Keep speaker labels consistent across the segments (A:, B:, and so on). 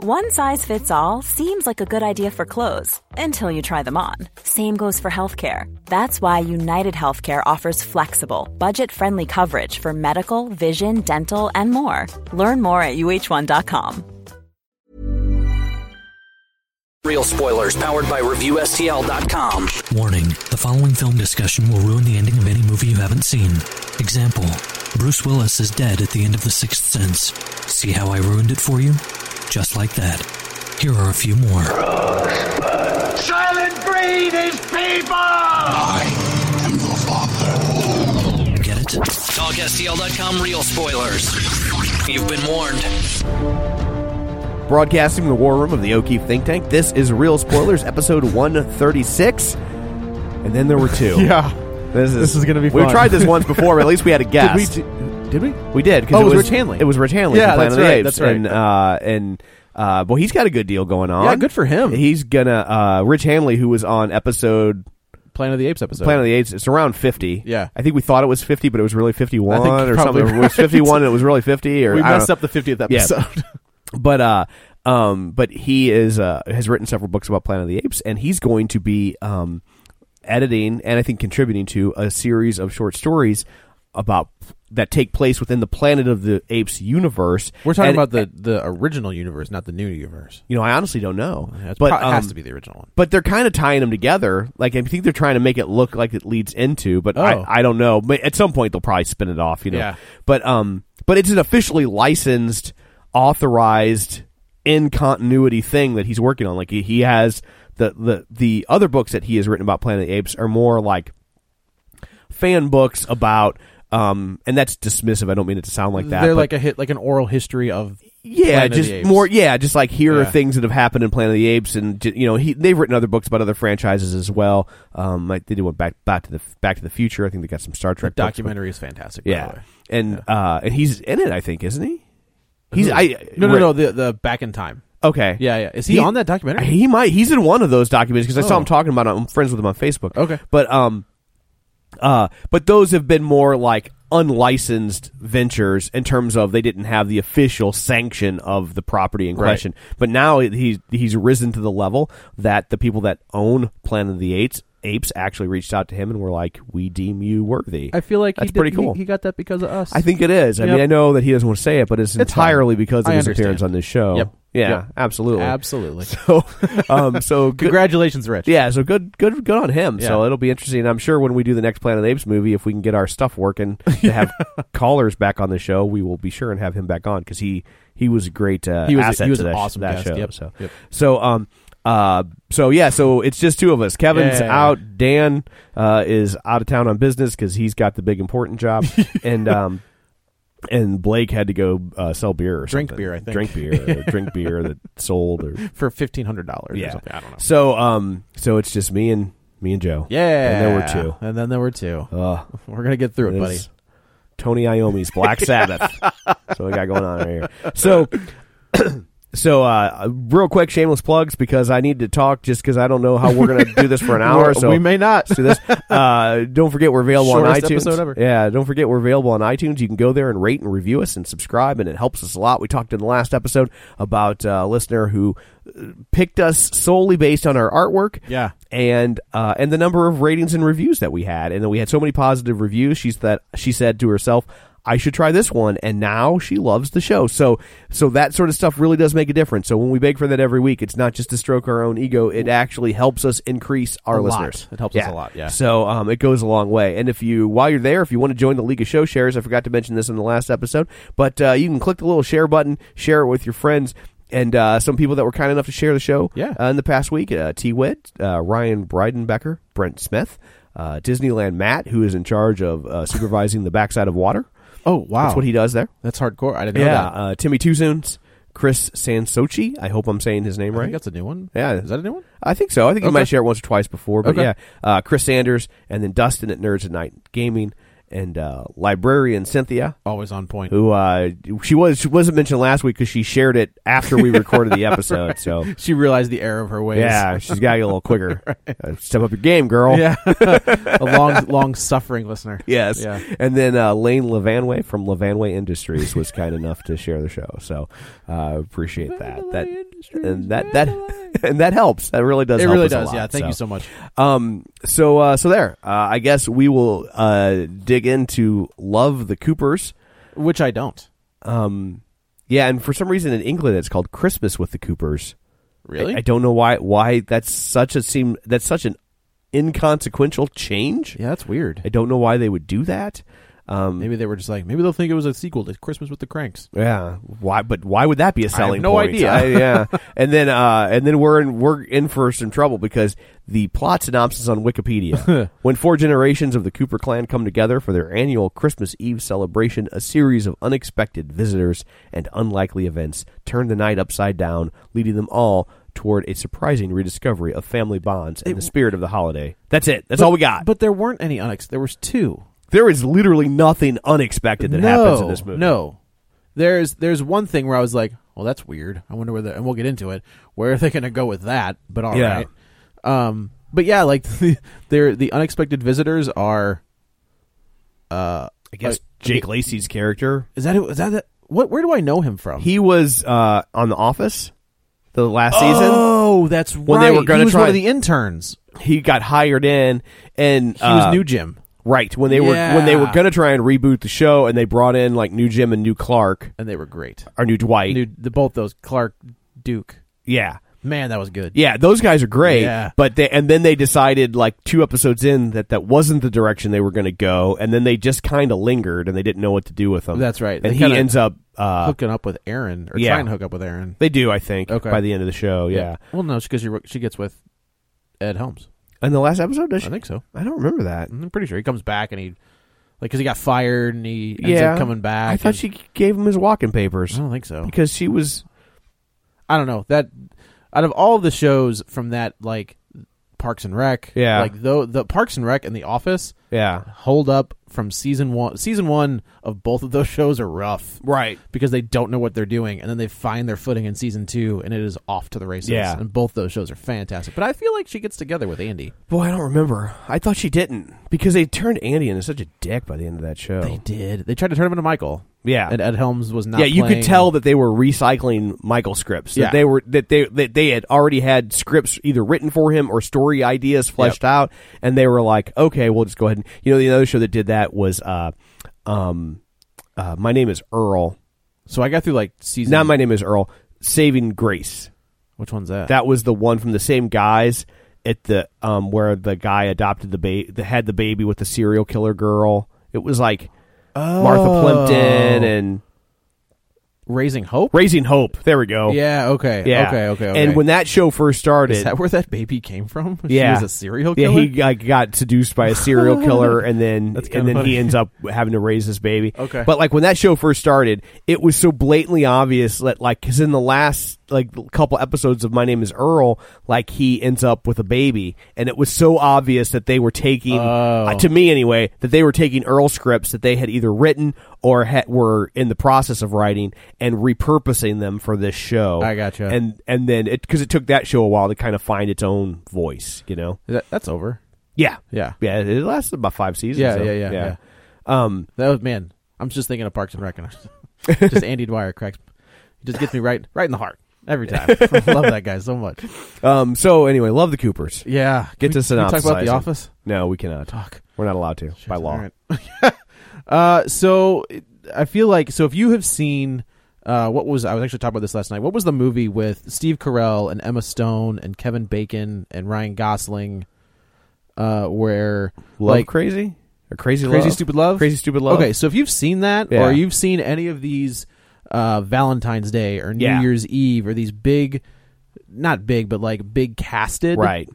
A: One size fits all seems like a good idea for clothes until you try them on. Same goes for healthcare. That's why United Healthcare offers flexible, budget-friendly coverage for medical, vision, dental, and more. Learn more at uh1.com.
B: Real spoilers powered by ReviewSTL.com.
C: Warning the following film discussion will ruin the ending of any movie you haven't seen. Example Bruce Willis is dead at the end of The Sixth Sense. See how I ruined it for you? Just like that. Here are a few more.
D: Silent breed is people! I am your father.
C: Get it?
B: TalkSTL.com real spoilers. You've been warned.
E: Broadcasting from the war room of the O'Keefe think tank, this is Real Spoilers, episode 136. And then there were two.
F: Yeah.
E: This is,
F: This is gonna be
E: We've
F: fun.
E: tried this once before, but at least we had a
F: Did we,
E: guest.
F: do- did we?
E: We did because
F: Oh,
E: it,
F: it was Rich Hanley.
E: It was Rich Hanley. from
F: Yeah,
E: Planet
F: that's
E: of the
F: right,
E: Apes.
F: that's right.
E: And uh, and uh, well, he's got a good deal going on.
F: Yeah, good for him.
E: He's gonna uh, Rich Hanley, who was on episode
F: Planet of the Apes episode.
E: Planet of the Apes. It's around fifty.
F: Yeah.
E: I think we thought it was fifty, but it was really fifty-one
F: I think
E: or
F: you're
E: something.
F: probably
E: It was
F: right.
E: fifty-one. and It was really fifty. Or
F: we
E: I don't
F: messed
E: know.
F: up the 50th
E: Yeah.
F: episode.
E: But uh, um, but he is uh has written several books about Planet of the Apes, and he's going to be um editing and I think contributing to a series of short stories about that take place within the Planet of the Apes universe.
F: We're talking
E: And-
F: about the, the original universe, not the new universe.
E: You know, I honestly don't know.
F: It
E: but um,
F: has to be the original one.
E: But they're kind of tying them together. Like I think they're trying to make it look like it leads into. But
F: Oh.
E: I, I don't know. But At some point they'll probably spin it off. You know.
F: Yeah.
E: But um, but it's an officially licensed, authorized, in continuity thing that he's working on. Like he, he has the the the other books that he has written about Planet of the Apes are more like fan books about. Um, and that's dismissive. I don't mean it to sound like that.
F: They're
E: but-
F: like a hit, like an oral history of
E: yeah,
F: Planet of
E: just
F: the Apes.
E: more. Yeah, just like here
F: Yeah.
E: are things that have happened in Planet of the Apes, and j- you know, he, they've written other books about other franchises as well. Um, like they did one back back to the Back to the Future. I think they got some Star Trek books, but-
F: documentary is fantastic. by the
E: yeah,
F: way.
E: and uh, and he's in it, I think, isn't he? He's
F: Who?
E: I
F: no, no,
E: Rick-
F: no. The the back in time.
E: Okay,
F: Yeah, yeah. Is he, on that documentary?
E: He might. He's in one of those documentaries because I saw
F: Oh.
E: him talking about it. I'm friends with him on Facebook.
F: Okay.
E: but um, uh, but those have been more like unlicensed ventures in terms of they didn't have the official sanction of the property in
F: Right.
E: question. But now he's he's risen to the level that the people that own Planet of the Apes apes actually reached out to him and were like, "We deem you worthy."
F: I feel like
E: that's
F: he did-
E: pretty
F: he-
E: cool.
F: He, got that because of us.
E: I think it is. I
F: Yep.
E: mean, I know that he doesn't want to say it, but it's,
F: It's fine.
E: entirely because of
F: I
E: his
F: understand.
E: appearance on this show.
F: Yep.
E: Yeah,
F: Yep.
E: absolutely.
F: absolutely.
E: So, um, so good,
F: Congratulations, Rich.
E: yeah, so good, good, good on him. So
F: Yeah.
E: it'll be interesting. I'm sure when we do the next Planet of the Apes movie, if we can get our stuff working to have callers back on the show, we will be sure and have him back on because he he was a great uh,
F: He was-
E: asset
F: he was
E: to
F: an
E: that, sh-
F: awesome
E: that
F: guest.
E: show.
F: Yep.
E: So
F: Yep.
E: so um uh so yeah so it's just two of us. Kevin's
F: Yeah.
E: out. Dan uh, is out of town on business because he's got the big important job and um. And Blake had to go uh, sell beer or
F: Drink
E: something.
F: beer, I think.
E: Drink beer, or drink beer that sold or
F: For fifteen hundred dollars
E: Yeah.
F: or something. I don't know.
E: so um, so it's just me and me and Joe.
F: Yeah.
E: and there were two.
F: And then there were two.
E: Uh,
F: We're gonna get through it, buddy.
E: it's Tony Iommi's Black Sabbath. so we got going on right here. So. So, uh, real quick, shameless plugs because I need to talk just because I don't know how we're going to do this for an hour.
F: We're-
E: So
F: we may not.
E: do this. Uh, don't forget we're available on
F: Shortest
E: iTunes.
F: episode ever.
E: Yeah, don't forget we're available on iTunes. You can go there and rate and review us and subscribe, and it helps us a lot. We talked in the last episode about uh, a listener who uh, picked us solely based on our artwork.
F: Yeah.
E: and uh, and the number of ratings and reviews that we had, and then we had so many positive reviews. She's that she said to herself. I should try this one, and now she loves the show. So, so that sort of stuff really does make a difference. So when we beg for that every week, it's not just to stroke our own ego; it actually helps us increase our
F: A lot.
E: listeners.
F: It helps us a lot, yeah.
E: So um, it goes a long way. And if you, while you're there, if you want to join the League of Show Shares, I forgot to mention this in the last episode, but uh, you can click the little share button, share it with your friends. And uh, some people that were kind enough to share the show
F: Yeah.
E: uh, in the past week uh, T Witt, uh, Ryan Breidenbecker, Brent Smith, uh, Disneyland Matt, who is in charge of uh, supervising the backside of water.
F: Oh wow.
E: That's what he does there.
F: That's hardcore. I didn't know that.
E: Uh, Timmy Two Soons, Chris Sansochi. I hope I'm saying his name
F: I
E: right.
F: think that's a new one.
E: Yeah.
F: Is that a new one?
E: I think so. I think you
F: Okay.
E: might share it once or twice before, but
F: Okay.
E: yeah. Uh, Chris Sanders and then Dustin at Nerds at Night Gaming and uh, librarian Cynthia,
F: Always on point.
E: who uh, she was she wasn't mentioned last week because she shared it after we recorded the episode. So
F: She realized the error of her ways.
E: yeah, she's got to get a little quicker. Uh, step up your game, girl.
F: Yeah. a long, long suffering listener.
E: Yes.
F: Yeah.
E: And then uh, Lane Levanway from Levanway Industries was kind enough to share the show. So uh, appreciate that. That and that that and that helps. That really does.
F: It
E: help
F: really
E: us a
F: does.
E: lot.
F: yeah. Thank you so much.
E: Um, so uh, so there. Uh, I guess we will uh, dig into Love the Coopers.
F: Which I don't.
E: Um, yeah, and for some reason in England it's called Christmas with the Coopers.
F: Really?
E: I, I don't know why why that's such a seem that's such an inconsequential change.
F: yeah, that's
E: I
F: weird.
E: don't know why they would do that. Um,
F: Maybe they were just like, maybe they'll think it was a sequel to Christmas with the Cranks.
E: Yeah. Why? But why would that be a selling?
F: no
E: point?
F: idea.
E: I- yeah. and then uh, and then we're in we're in for some trouble because the plot synopsis on Wikipedia: When four generations of the Cooper clan come together for their annual Christmas Eve celebration, a series of unexpected visitors and unlikely events turn the night upside down, leading them all toward a surprising rediscovery of family bonds and the spirit of the holiday. That's it. That's all we got.
F: But there weren't any unex. There was two.
E: there is literally nothing unexpected that
F: no,
E: happens in this movie.
F: No, there's there's one thing where I was like, well, that's weird. I wonder where the and we'll get into it. Where are they going to go with that? But all right.
E: Yeah.
F: Um. But yeah, like the they're, the unexpected visitors are. Uh,
E: I guess Jake Lacey's character
F: is that who- is that the- what? Where do I know him from?
E: He was uh, on The Office, the last
F: Oh, that's right.
E: When they were gonna
F: he was
E: try-
F: one of the interns.
E: season. He got hired in, and uh,
F: He was new Jim,
E: right when they were when they were
F: Yeah.
E: gonna try and reboot the show, and they brought in like new Jim and new Clark
F: and they were great.
E: or new Dwight.
F: New, the both those Clark Duke.
E: yeah,
F: Man, that was good.
E: yeah, those guys are great.
F: Yeah.
E: But they and then they decided like two episodes in that that wasn't the direction they were gonna go, and then they just kind of lingered and they didn't know what to do with them.
F: That's right.
E: And
F: They
E: he
F: kinda-
E: ends up. Uh,
F: hooking up with Aaron or
E: Yeah.
F: trying to hook up with Aaron.
E: they do, I think,
F: Okay.
E: by the end of the show. Yeah.
F: Well, no, because she she gets with Ed Helms.
E: And the last episode, does she?
F: I think so.
E: I don't remember that.
F: I'm pretty sure he comes back and he, like, because he got fired and he ends
E: yeah,
F: up coming back.
E: I thought
F: and-
E: she gave him his walking papers.
F: I don't think so.
E: because she was
F: I don't know that. Out of all the shows from that, like Parks and Rec,
E: Yeah.
F: like though the Parks and Rec and The Office
E: yeah
F: hold up from season one. Season one of both of those shows are rough
E: right
F: because they don't know what they're doing, and then they find their footing in season two, and it is off to the races.
E: Yeah.
F: and both those shows are fantastic. But I feel like she gets together with Andy.
E: boy i don't remember i thought she didn't because they turned andy into such a dick by the end of that show
F: They did. They tried to turn him into Michael.
E: yeah
F: and Ed Helms was not.
E: yeah you
F: playing.
E: could tell that they were recycling michael scripts that
F: Yeah.
E: they were that they that they had already had scripts either written for him or story ideas fleshed out and they were like okay we'll just go ahead and you know the other show that did that was uh um uh my name is earl
F: So I got through like season.
E: not my name is earl saving grace
F: Which one's that?
E: That was the one from the same guys at the um where the guy adopted the baby, the, had the baby with the serial killer girl. It was like
F: Oh.
E: Martha Plimpton and
F: Raising Hope.
E: Raising Hope. There we go.
F: Yeah. Okay.
E: Yeah.
F: Okay. Okay. okay.
E: And when that show first started,
F: is that where that baby came from?
E: yeah,
F: She was a serial killer.
E: Yeah, he like, got seduced by a serial killer, and then
F: That's
E: and
F: kinda
E: then he
F: funny.
E: ends up having to raise this baby.
F: Okay.
E: but like when that show first started, it was so blatantly obvious that like because in the last like couple episodes of My Name Is Earl, like he ends up with a baby, and it was so obvious that they were taking
F: Oh.
E: uh, to me anyway that they were taking Earl scripts that they had either written or had, were in the process of writing and repurposing them for this show.
F: I gotcha.
E: and and then it because it took that show a while to kind of find its own voice, you know.
F: Is that- that's over.
E: Yeah,
F: Yeah.
E: yeah. It lasted about five seasons.
F: Yeah,
E: so,
F: yeah, yeah,
E: Um,
F: That was man. I'm just thinking of Parks and Rec. and I- just Andy Dwyer cracks. He just gets me right, right in the heart every time. I love that guy so much.
E: um. So anyway, love the Coopers.
F: Yeah.
E: Get
F: Can
E: to
F: we- can we Talk about
E: synopsizing.
F: the Office.
E: No, we cannot.
F: Fuck.
E: We're not allowed to by law.
F: All right. uh, so it- I feel like so if you have seen uh, what was I was actually talking about this last night. What was the movie with Steve Carell and Emma Stone and Kevin Bacon and Ryan Gosling? Uh, where
E: Love
F: like
E: crazy or crazy,
F: Crazy
E: love?
F: Stupid Love?
E: crazy stupid love.
F: Okay, so if you've seen that
E: Yeah.
F: or you've seen any of these uh, Valentine's Day or New
E: Yeah.
F: Year's Eve or these big, not big but like big casted
E: right.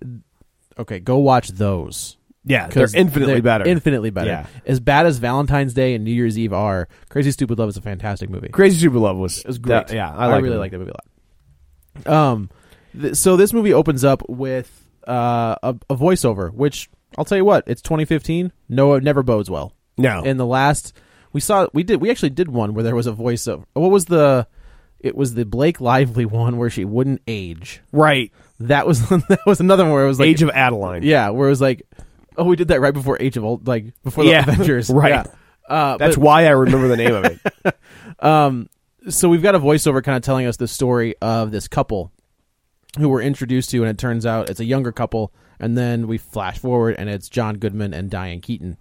F: Okay, go watch those.
E: Yeah, they're
F: 'Cause
E: infinitely
F: they're
E: better.
F: Infinitely better.
E: Yeah.
F: As bad as Valentine's Day and New Year's Eve are, Crazy Stupid Love is a fantastic movie.
E: Crazy Super Love was
F: It was great.
E: yeah, I,
F: I,
E: like
F: really
E: it.
F: like that movie a lot. Um, th- so this movie opens up with uh, a, a voiceover, which I'll tell you what, it's 2015. No, it never bodes well.
E: No,
F: And the last we saw, we did, we actually did one where there was a voiceover. What was the? It was the Blake Lively one where she wouldn't age.
E: right.
F: That was that was another one where it was like
E: Age of Adeline.
F: yeah, where it was like, oh, we did that right before Age of Old, like before the
E: Yeah,
F: Avengers,
E: right.
F: Yeah. Uh,
E: that's
F: but-
E: why I remember the name of it.
F: so we've got a voiceover kind of telling us the story of this couple who we're introduced to, and it turns out it's a younger couple, and then we flash forward, and it's John Goodman and Diane Keaton,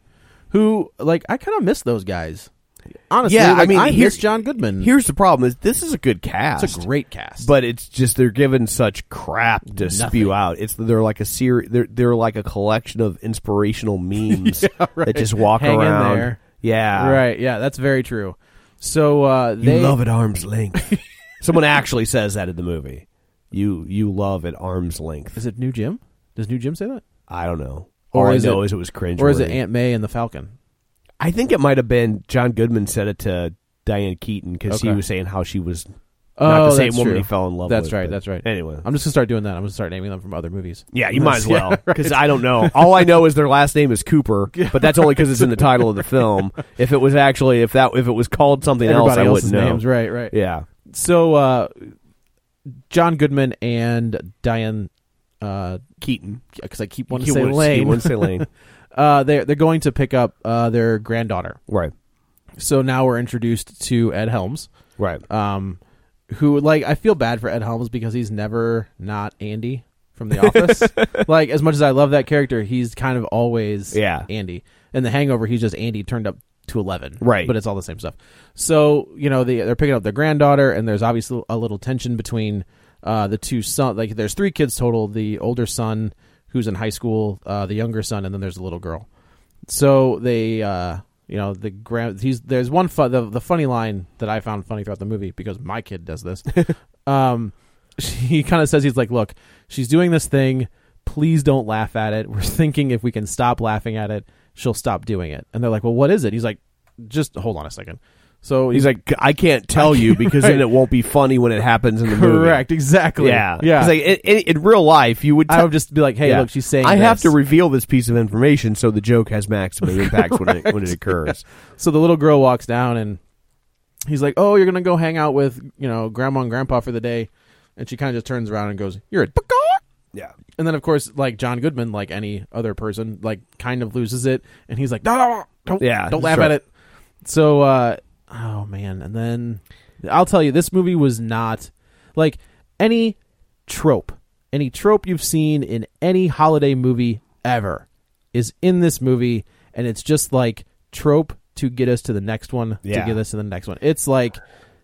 F: who like I kind of miss those guys. Honestly,
E: Yeah, I
F: like,
E: mean,
F: I
E: here-
F: miss John Goodman.
E: Here's the problem: is this is a good cast.
F: it's a great cast,
E: but it's just they're given such crap to spew out. It's they're like a series. They're they're like a collection of inspirational memes that just walk
F: Hang in
E: around.
F: there.
E: Yeah,
F: right? Yeah, that's very true. So uh,
E: Ah. You
F: they
E: love at arm's length. Someone actually says that in the movie. You you love at arm's length.
F: Is it New Jim? Does New Jim say that,
E: I don't know.
F: Or
E: All I
F: is
E: know
F: it-
E: is it was cringe.
F: or is it Aunt May and the Falcon?
E: I think it might have been John Goodman said it to Diane Keaton because he
F: Okay.
E: was saying how she was not the
F: Oh,
E: same
F: that's
E: woman
F: true.
E: he fell in love
F: That's
E: with.
F: right.
E: but
F: That's right.
E: Anyway,
F: I'm just gonna start doing that. I'm gonna start naming them from other movies.
E: Yeah, you might as
F: Yeah,
E: well because I don't know. All I know is their last name is Cooper, but that's only because it's in the title of the film. If it was actually if that if it was called something else,
F: Everybody
E: I
F: else's
E: wouldn't know.
F: names, right? Right.
E: Yeah,
F: so uh John Goodman and Diane uh
E: Keaton.
F: because I keep wanting
E: He
F: to say
E: wouldn't- He
F: Lane.
E: wouldn't say Lane.
F: uh they're they're going to pick up uh their granddaughter.
E: right,
F: So now we're introduced to Ed Helms.
E: right.
F: Um who like I feel bad for Ed Helms because he's never not Andy from the office. like as much as I love that character, he's kind of always
E: Yeah.
F: Andy. In the hangover, he's just Andy turned up to eleven.
E: Right.
F: But it's all the same stuff. So, you know, they they're picking up their granddaughter and there's obviously a little tension between uh the two son like there's three kids total, the older son who's in high school, uh the younger son, and then there's a little girl. So they, uh, you know, the grand. He's there's one fu- the the funny line that I found funny throughout the movie because my kid does this. um, he kind of says he's like, look, she's doing this thing. Please don't laugh at it. We're thinking if we can stop laughing at it, she'll stop doing it. And they're like, well, what is it? He's like, just hold on a second. So
E: He's like, I can't tell you because then it won't be funny when it happens in the movie.
F: correct, exactly.
E: Yeah,
F: yeah.
E: It's like in, in, in real life, you would.
F: I
E: tell-
F: would just be like, hey,
E: Yeah.
F: look, she's saying.
E: I have
F: this.
E: to reveal this piece of information so the joke has maximum impact when it when it occurs.
F: So the little girl walks down and he's like, "Oh, you're gonna go hang out with you know grandma and grandpa for the day," and she kind of just turns around and goes, "You're a." Bacaw!
E: Yeah,
F: And then of course, like John Goodman, like any other person, like kind of loses it, and he's like, "No, no, no, don't,
E: Yeah,
F: don't
E: that's
F: laugh
E: right.
F: at it." So, uh, oh man, and then I'll tell you, this movie was not like any trope, any trope you've seen in any holiday movie ever is in this movie, and it's just like trope to get us to the next one,
E: Yeah.
F: to get us to the next one. It's like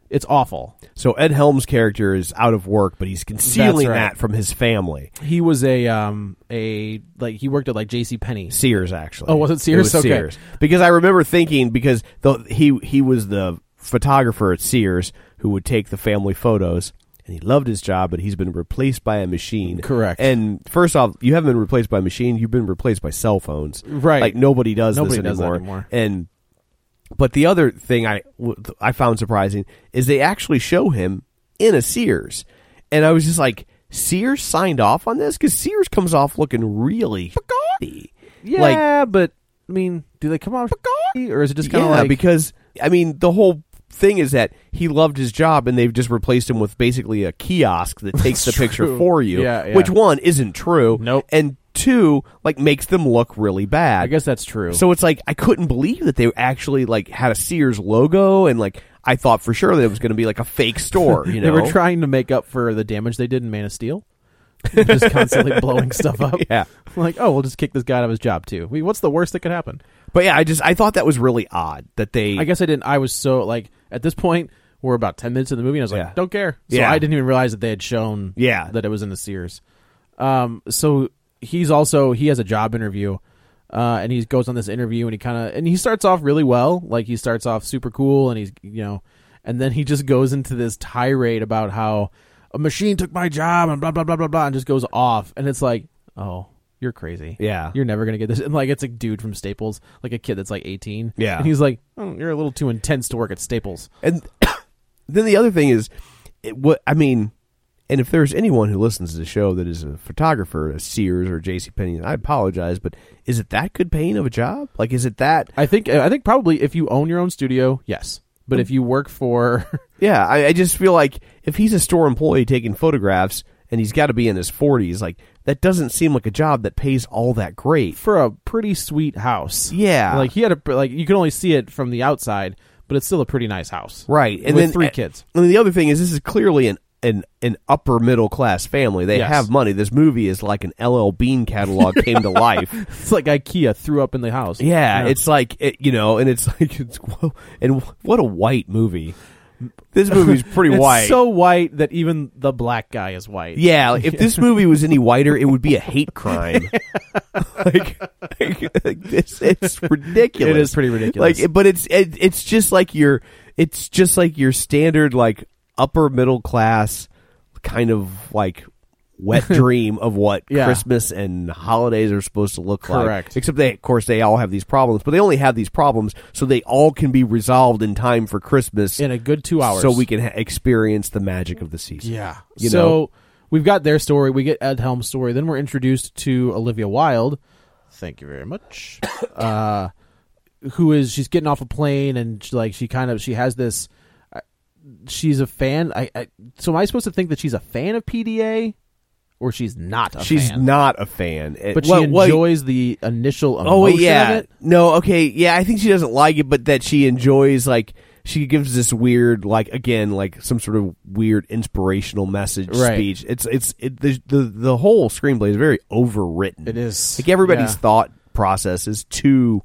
F: it's awful.
E: So Ed Helms' character is out of work, but he's concealing
F: That's right.
E: that from his family.
F: He was a um a like he worked at like J.C. Penney.
E: Sears, actually.
F: Oh, was it Sears?
E: was
F: Okay.
E: Sears. Because I remember thinking because the, he he was the photographer at Sears who would take the family photos. And he loved his job, but he's been replaced by a machine.
F: Correct.
E: And first off, you haven't been replaced by a machine. You've been replaced by cell phones.
F: Right.
E: Like nobody does
F: Nobody
E: this
F: does that
E: anymore.
F: anymore.
E: And but the other thing I w- I found surprising is they actually show him in a Sears, and I was just like, Sears signed off on this because Sears comes off looking really shitty.
F: Yeah, but I mean, do they come off shitty, or is it just kind of
E: yeah,
F: like
E: because I mean the whole thing is that he loved his job and they've just replaced him with basically a kiosk that takes the picture
F: true.
E: for you.
F: Yeah, yeah.
E: Which one isn't true.
F: Nope.
E: And two, like makes them look really bad.
F: I guess that's true.
E: So it's like I couldn't believe that they actually like had a Sears logo and like I thought for sure that it was going to be like a fake store. You know,
F: they were trying to make up for the damage they did in Man of Steel, just constantly blowing stuff up.
E: Yeah.
F: like oh, we'll just kick this guy out of his job too. We, what's the worst that could happen?
E: But yeah, I just I thought that was really odd that they.
F: I guess I didn't. I was so like at this point we're about ten minutes in the movie, and I was like,
E: Yeah.
F: don't care. So
E: Yeah.
F: I didn't even realize that they had shown
E: Yeah.
F: that it was in the Sears. Um, so he's also he has a job interview. Uh, and he goes on this interview and he kind of and he starts off really well like he starts off super cool and he's you know and then he just goes into this tirade about how a machine took my job and blah blah blah blah blah and just goes off and it's like oh you're crazy.
E: Yeah.
F: You're never going to get this. And like, it's a dude from Staples, like a kid that's like 18.
E: Yeah.
F: And he's like, "Oh, you're a little too intense to work at Staples.
E: And then the other thing is, it, what I mean, and if there's anyone who listens to the show that is a photographer, a Sears or J.C. Penney, I apologize, but is it that good paying of a job? Like, is it that?
F: I think, I think probably if you own your own studio, yes. But if you work for,
E: Yeah, I, I just feel like if he's a store employee taking photographs and he's got to be in his 40s, like that doesn't seem like a job that pays all that great.
F: for a pretty sweet house.
E: Yeah.
F: Like, he had a, like, you can only see it from the outside, but it's still a pretty nice house.
E: Right,
F: And
E: and
F: with
E: then
F: three kids.
E: And then the other thing is, this is clearly an an, an upper middle class family. They
F: Yes.
E: have money. This movie is like an LL Bean catalog came to life.
F: It's like IKEA threw up in the house.
E: Yeah, it's like it, you know, and it's like it's whoa, and what a white movie. This movie's pretty
F: It's
E: white.
F: so white that even the black guy is white.
E: yeah, like, if this movie was any whiter, it would be a hate crime. like, like, like, this, it's ridiculous.
F: It is pretty ridiculous.
E: Like, it- but it's it, it's just like your it's just like your standard like upper middle class kind of like wet dream of what
F: Yeah.
E: Christmas and holidays are supposed to look
F: Correct.
E: like. Except they, of course, they all have these problems, but they only have these problems so they all can be resolved in time for Christmas
F: in a good two hours.
E: so we can ha- experience the magic of the season.
F: Yeah.
E: You
F: so
E: know?
F: we've got their story. We get Ed Helm's story. Then we're introduced to Olivia Wilde. Thank you very much. uh, who is she's getting off a plane and she, like she kind of she has this. I- She's a fan. I, I so am I supposed to think that she's a fan of PDA, or she's not? A
E: She's
F: fan?
E: not a fan, It-
F: But she
E: what- what-
F: enjoys the initial emotion
E: Oh wait, yeah,
F: of it.
E: no, okay, yeah. I think she doesn't like it, but that she enjoys like she gives this weird like again like some sort of weird inspirational message
F: Right.
E: speech. It's it's it, the, the the whole screenplay is very overwritten.
F: It is.
E: like everybody's
F: Yeah.
E: thought process is too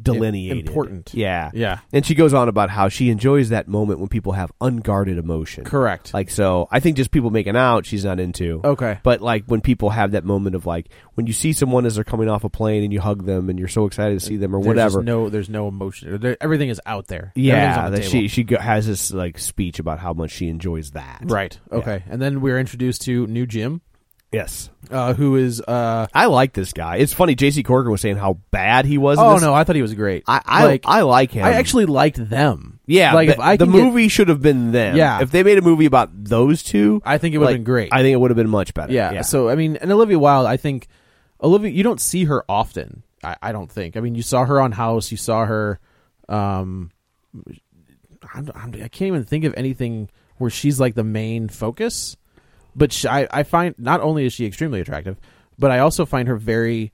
E: delineated,
F: important.
E: Yeah,
F: Yeah.
E: And she goes on about how she enjoys that moment when people have unguarded emotion.
F: Correct. Oh,
E: Like so, I think just people making out, she's not into.
F: Okay.
E: But like when people have that moment of like when you see someone as they're coming off a plane and you hug them and you're so excited to see them or
F: There's just
E: whatever.
F: No, there's no emotion. There- everything is out there. Everything's
E: yeah,
F: on the
E: that
F: table.
E: she she go, has this like speech about how much she enjoys that.
F: Right. Okay. And then we're introduced to new Jim,
E: Yes.
F: uh, who is. Uh,
E: I like this guy. It's funny. J.C. Corker was saying how bad he was. in
F: oh
E: this.
F: no, I thought he was great.
E: I I
F: like,
E: I like him.
F: I actually liked them.
E: Yeah,
F: Like
E: the,
F: if I
E: the
F: can get-
E: movie should have been them.
F: Yeah.
E: if they made a movie about those two,
F: I think it would have been great.
E: I think it would have been much better.
F: yeah, So I mean, and Olivia Wilde, I think Olivia, you don't see her often. I, I don't think. I mean, you saw her on House. You saw her. Um, I'm, I'm, I can't even think of anything where she's like the main focus. But she, I, I find not only is she extremely attractive, but I also find her very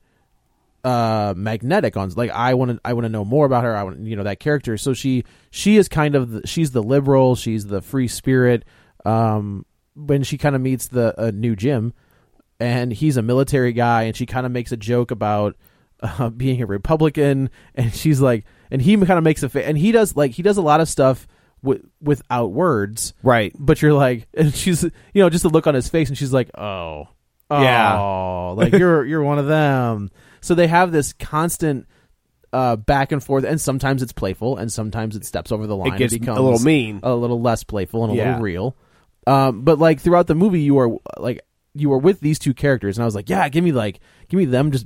F: uh magnetic on like I want to I want to know more about her I want you know that character so she she is kind of the, she's the liberal she's the free spirit um when she kind of meets the uh, new Jim and he's a military guy and she kind of makes a joke about uh, being a republican and she's like and he kind of makes a fa- and he does like he does a lot of stuff wi- without words
E: right.
F: but you're like and she's you know just the look on his face and she's like oh oh
E: Yeah.
F: like you're you're one of them so they have this constant uh back and forth and sometimes it's playful and sometimes it steps over the line
E: It gets
F: and becomes
E: a little mean.
F: a little less playful and a
E: Yeah.
F: little real um but like throughout the movie you are like you are with these two characters and i was like yeah give me like give me them just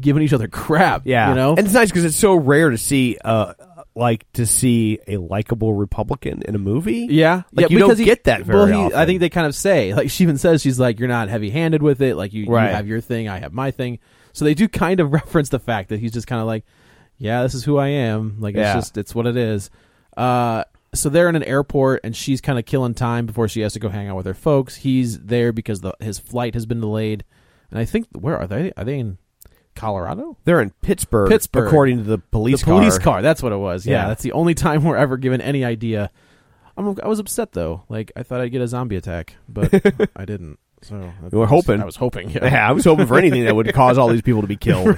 F: giving each other crap
E: Yeah,
F: you know
E: and it's nice because it's so rare to see, uh, like to see a likable Republican in a movie.
F: Yeah,
E: like
F: yeah,
E: you don't
F: because he-
E: get that very
F: well, he, I
E: often.
F: think they kind of say like she even says she's like you're not heavy handed with it. Like you,
E: Right.
F: you have your thing, I have my thing. So they do kind of reference the fact that he's just kind of like, yeah, this is who I am. Like
E: Yeah.
F: it's just it's what it is. Uh, so they're in an airport and she's kind of killing time before she has to go hang out with her folks. He's there because the, his flight has been delayed, and I think where are they? Are they in Colorado?
E: they're in Pittsburgh,
F: Pittsburgh.
E: according to the police.
F: the police car. That's what it was. Yeah,
E: Yeah.
F: that's the only time we're ever given any idea. I'm, I was upset though. Like I thought I'd get a zombie attack, but I didn't. So that
E: You were
F: was-
E: hoping.
F: I was hoping. Yeah.
E: Yeah, I was hoping for anything that would cause all these people to be killed.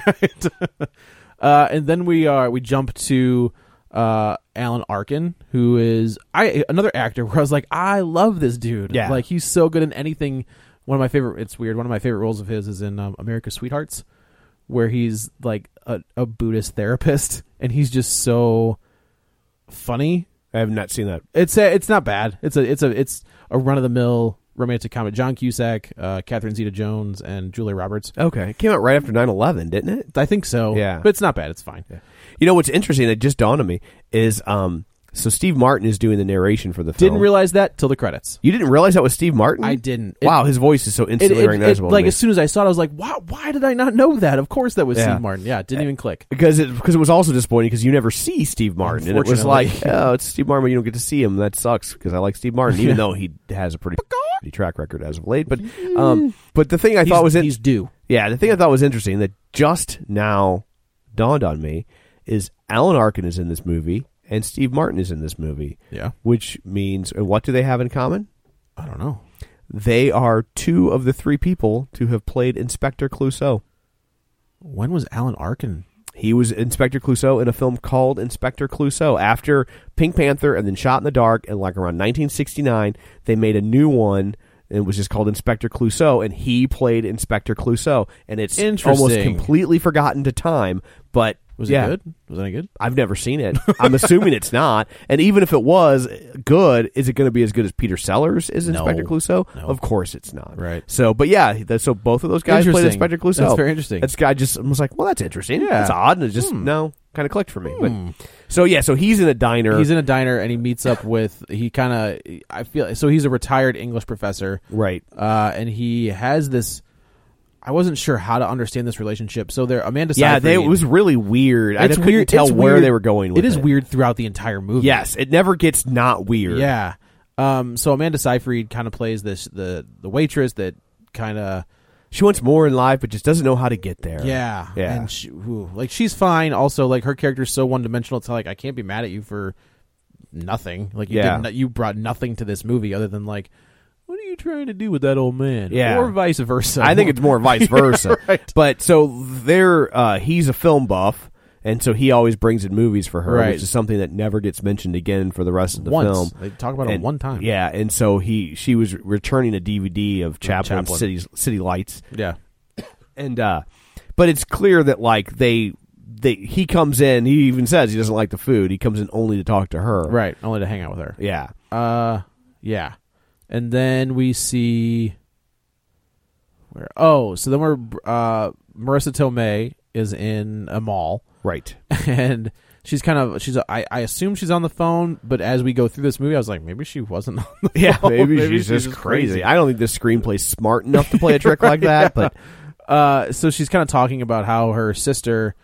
F: Uh, and then we are we jump to uh, Alan Arkin, who is I another actor where I was like, I love this dude.
E: Yeah.
F: like he's so good in anything. One of my favorite. It's weird. One of my favorite roles of his is in um, America's Sweethearts, where he's like a, a Buddhist therapist, and he's just so funny
E: I have not seen that.
F: It's a, it's not bad. It's a it's a it's a run of the mill romantic comedy. John Cusack, uh, Catherine Zeta-Jones, and Julia Roberts.
E: Okay. It came out right after 9-11, didn't it?
F: I think so.
E: Yeah.
F: but it's not bad. It's fine.
E: You know what's interesting? It just dawned on me is um. So Steve Martin is doing the narration for the film.
F: Didn't realize that till the credits.
E: you didn't realize that was Steve Martin.
F: I didn't. It-
E: wow, his voice is so
F: It-
E: instantly
F: it- it-
E: recognizable. to
F: like
E: me.
F: as soon as I saw it, I was like, "Wow! Why did I not know that? Of course, that was
E: Yeah.
F: Steve Martin. Yeah, it didn't even click.
E: because it because it was also disappointing because you never see Steve Martin and it was
F: Unfortunately.
E: like oh it's Steve Martin but you don't get to see him that sucks because I like Steve Martin even though he has a pretty, pretty track record as of late but um but the thing I thought was in,
F: he's due.
E: yeah the thing I thought was interesting that just now dawned on me is Alan Arkin is in this movie and Steve Martin is in this movie
F: Yeah,
E: which means and what do they have in common
F: I don't know.
E: they are two of the three people to have played Inspector Clouseau
F: When was Alan Arkin?
E: He was Inspector Clouseau in a film called Inspector Clouseau. After Pink Panther and then Shot in the Dark and like around 1969, they made a new one and it was just called Inspector Clouseau and he played Inspector Clouseau and it's almost
F: Interesting.
E: completely forgotten to time, but
F: Was
E: yeah,
F: it good? Was it good?
E: I've never seen it. I'm assuming it's not. And even if it was good, is it going to be as good as Peter Sellers is
F: No.
E: Inspector Clouseau?
F: No.
E: Of course it's not.
F: Right.
E: So, but yeah, th- so both of those guys played
F: Interesting.
E: Inspector Clouseau.
F: That's very interesting.
E: This guy just was like, well, that's interesting.
F: Yeah. Hmm.
E: That's odd. And it just, no, kind of clicked for me. But So, yeah, so he's in a diner.
F: He's in a diner and he meets up with he kind of I feel so he's a retired English professor,
E: right.
F: uh, and he has this. I wasn't sure how to understand this relationship. So there, Amanda.
E: Yeah, they, it
F: Seyfried-
E: was really weird. I
F: It's
E: couldn't
F: weird-
E: tell
F: it's
E: where
F: weird.
E: they were going with it.
F: It is weird throughout the entire movie.
E: Yes, it never gets not weird.
F: Yeah. Um, so Amanda Seyfried kind of plays this the the waitress that kind of
E: She wants more in life, but just doesn't know how to get there.
F: yeah
E: Yeah.
F: and she, ooh, like she's fine. Also, like her character's so one dimensional. It's like I can't be mad at you for nothing. Like you
E: Yeah.
F: didn't, you brought nothing to this movie other than like what are you trying to do with that old man?
E: Yeah.
F: or vice versa.
E: I think it's more vice versa.
F: right.
E: But so there, uh, he's a film buff, and so he always brings in movies for her,
F: Right.
E: which is something that never gets mentioned again for the rest of the
F: once
E: film.
F: they talk about it
E: And-
F: one time.
E: yeah. And so he, she was returning a DVD of Chaplin,
F: Chaplin.
E: City City Lights,
F: yeah.
E: and uh, but it's clear that like they. They, he comes in. He even says he doesn't like the food. He comes in only to talk to her.
F: Right, only to hang out with her.
E: Yeah.
F: Uh, yeah, and then we see where? Oh, so then we're uh, Marissa Tomei is in a mall,
E: Right.
F: and she's kind of she's a, I, I assume she's on the phone, but as we go through this movie, I was like, maybe she wasn't. on the
E: Yeah.
F: phone.
E: Maybe, she's, just crazy. I don't think this screenplay's smart enough to play a trick like that. But
F: uh, so she's kind of talking about how her sister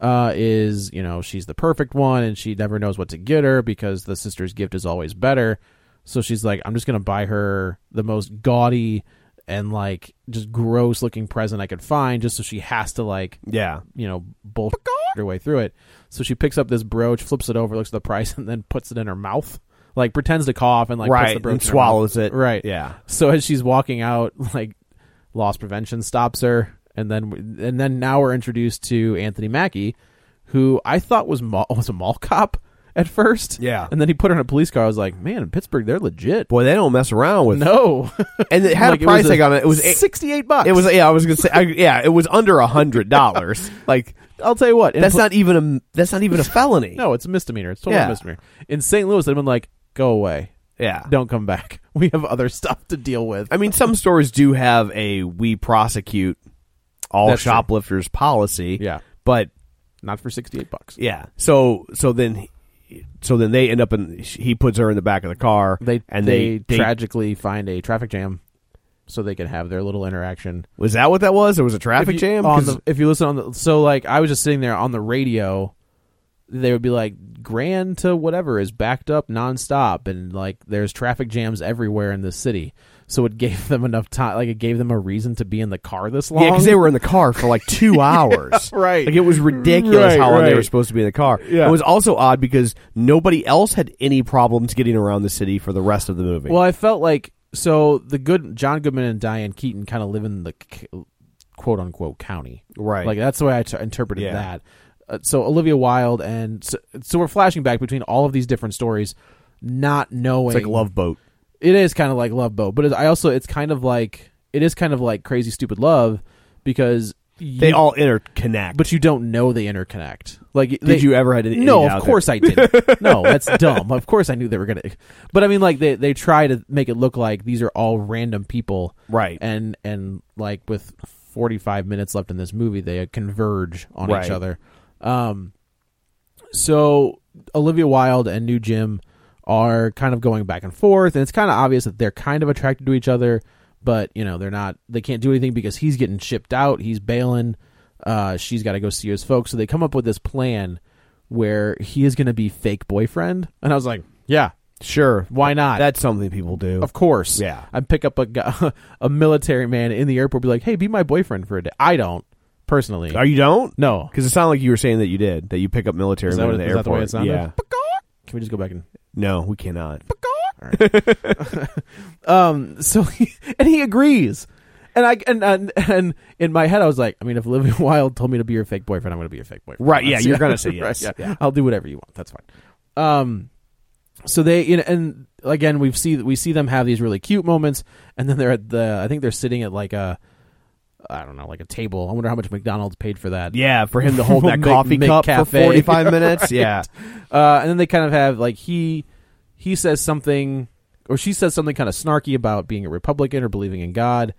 F: uh, is, you know, she's the perfect one, and she never knows what to get her because the sister's gift is always better. So she's like, I'm just gonna buy her the most gaudy and like just gross looking present I could find, just so she has to like,
E: yeah.
F: you know, bull her way through it. So she picks up this brooch, flips it over, looks at the price, and then puts it in her mouth, like pretends to cough and like puts
E: right
F: the brooch
E: and
F: in her mouth.
E: swallows it
F: Right.
E: yeah
F: So as she's walking out, like loss prevention stops her, and then and then now we're introduced to Anthony Mackie, who I thought was mall, was a mall cop at first.
E: Yeah.
F: and then he put her in a police car. I was like, man, in Pittsburgh they're legit.
E: boy they don't mess around with
F: No,
E: and it had
F: Like,
E: a
F: it
E: price
F: was a
E: tag on it it was eight-
F: sixty-eight bucks.
E: it was yeah i was gonna say I, yeah it was under a hundred dollars like
F: I'll tell you what. in
E: that's
F: pol-
E: not even a that's not even a felony
F: No, it's a misdemeanor. It's totally
E: Yeah.
F: a misdemeanor. In St. Louis, they've been like, go away,
E: yeah
F: don't come back. We have other stuff to deal with.
E: i mean some stores do have a we prosecute all
F: That's true.
E: shoplifters policy
F: Yeah.
E: but
F: Not for sixty-eight bucks.
E: yeah so so then so then they end up in he puts her in the back of the car
F: They
E: and
F: they,
E: they,
F: tragically find a traffic jam, so they can have their little interaction.
E: was that what that was there was a traffic
F: if you,
E: jam
F: on
E: 'Cause-
F: the, if you listen on the so like I was just sitting there on the radio, they would be like Grand to whatever is backed up nonstop, and like there's traffic jams everywhere in the city. So it gave them enough time, like it gave them a reason to be in the car this long.
E: Yeah, because they were in the car for like two hours.
F: right.
E: Like it was ridiculous
F: Right,
E: how long they
F: right.
E: were supposed to be in the car.
F: Yeah.
E: It was also odd because nobody else had any problems getting around the city for the rest of the movie.
F: Well, I felt like so the good John Goodman and Diane Keaton kind of live in the quote unquote county,
E: Right.
F: Like that's the way I t- interpreted
E: Yeah.
F: that. Uh, so Olivia Wilde and so, so we're flashing back between all of these different stories, not knowing
E: it's like Love Boat.
F: It is kind of like Love Boat, but it, I also it's kind of like it is kind of like Crazy Stupid Love because
E: they
F: you-
E: all interconnect.
F: but you don't know they interconnect. Like,
E: did you ever had an
F: No, of course I didn't. No, that's dumb. Of course I knew they were gonna. But I mean, like they they try to make it look like these are all random people,
E: Right.
F: And and like with forty five minutes left in this movie, they converge on
E: Right.
F: each other. Um, so Olivia Wilde and New Jim are kind of going back and forth, and it's kind of obvious that they're kind of attracted to each other, but you know they're not. They can't do anything because he's getting shipped out. He's bailing. Uh, she's got to go see his folks. So they come up with this plan where he is going to be fake boyfriend, and I was like, yeah,
E: Sure,
F: why not?
E: That's something people do.
F: of course,
E: Yeah.
F: I pick up a guy, a military man in the airport, be like, hey, be my boyfriend for a day. I don't personally.
E: Are Oh, you don't?
F: no,
E: Because it sounded like you were saying that you did that you pick up military
F: Is that
E: men in
F: what-
E: the
F: is that the way
E: airport.
F: it sounded?
E: Yeah.
F: can we just go back and
E: No, we cannot.
F: um so he, and he agrees and i and, and and in my head i was like i mean if olivia wilde told me to be your fake boyfriend i'm gonna be your fake boyfriend
E: Right, yeah,
F: That's-
E: you're gonna say yes.
F: yeah.
E: Yeah.
F: i'll do whatever you want that's fine um so they you know, and again we see we see them have these really cute moments and then they're at the i think they're sitting at like a i don't know like a table i wonder how much mcdonald's paid for that
E: Yeah, for him to hold that
F: Mc-
E: coffee cup for
F: McCafe.
E: forty five minutes. Yeah,
F: Uh, and then they kind of have like he he says something or she says something kind of snarky about being a Republican or believing in God,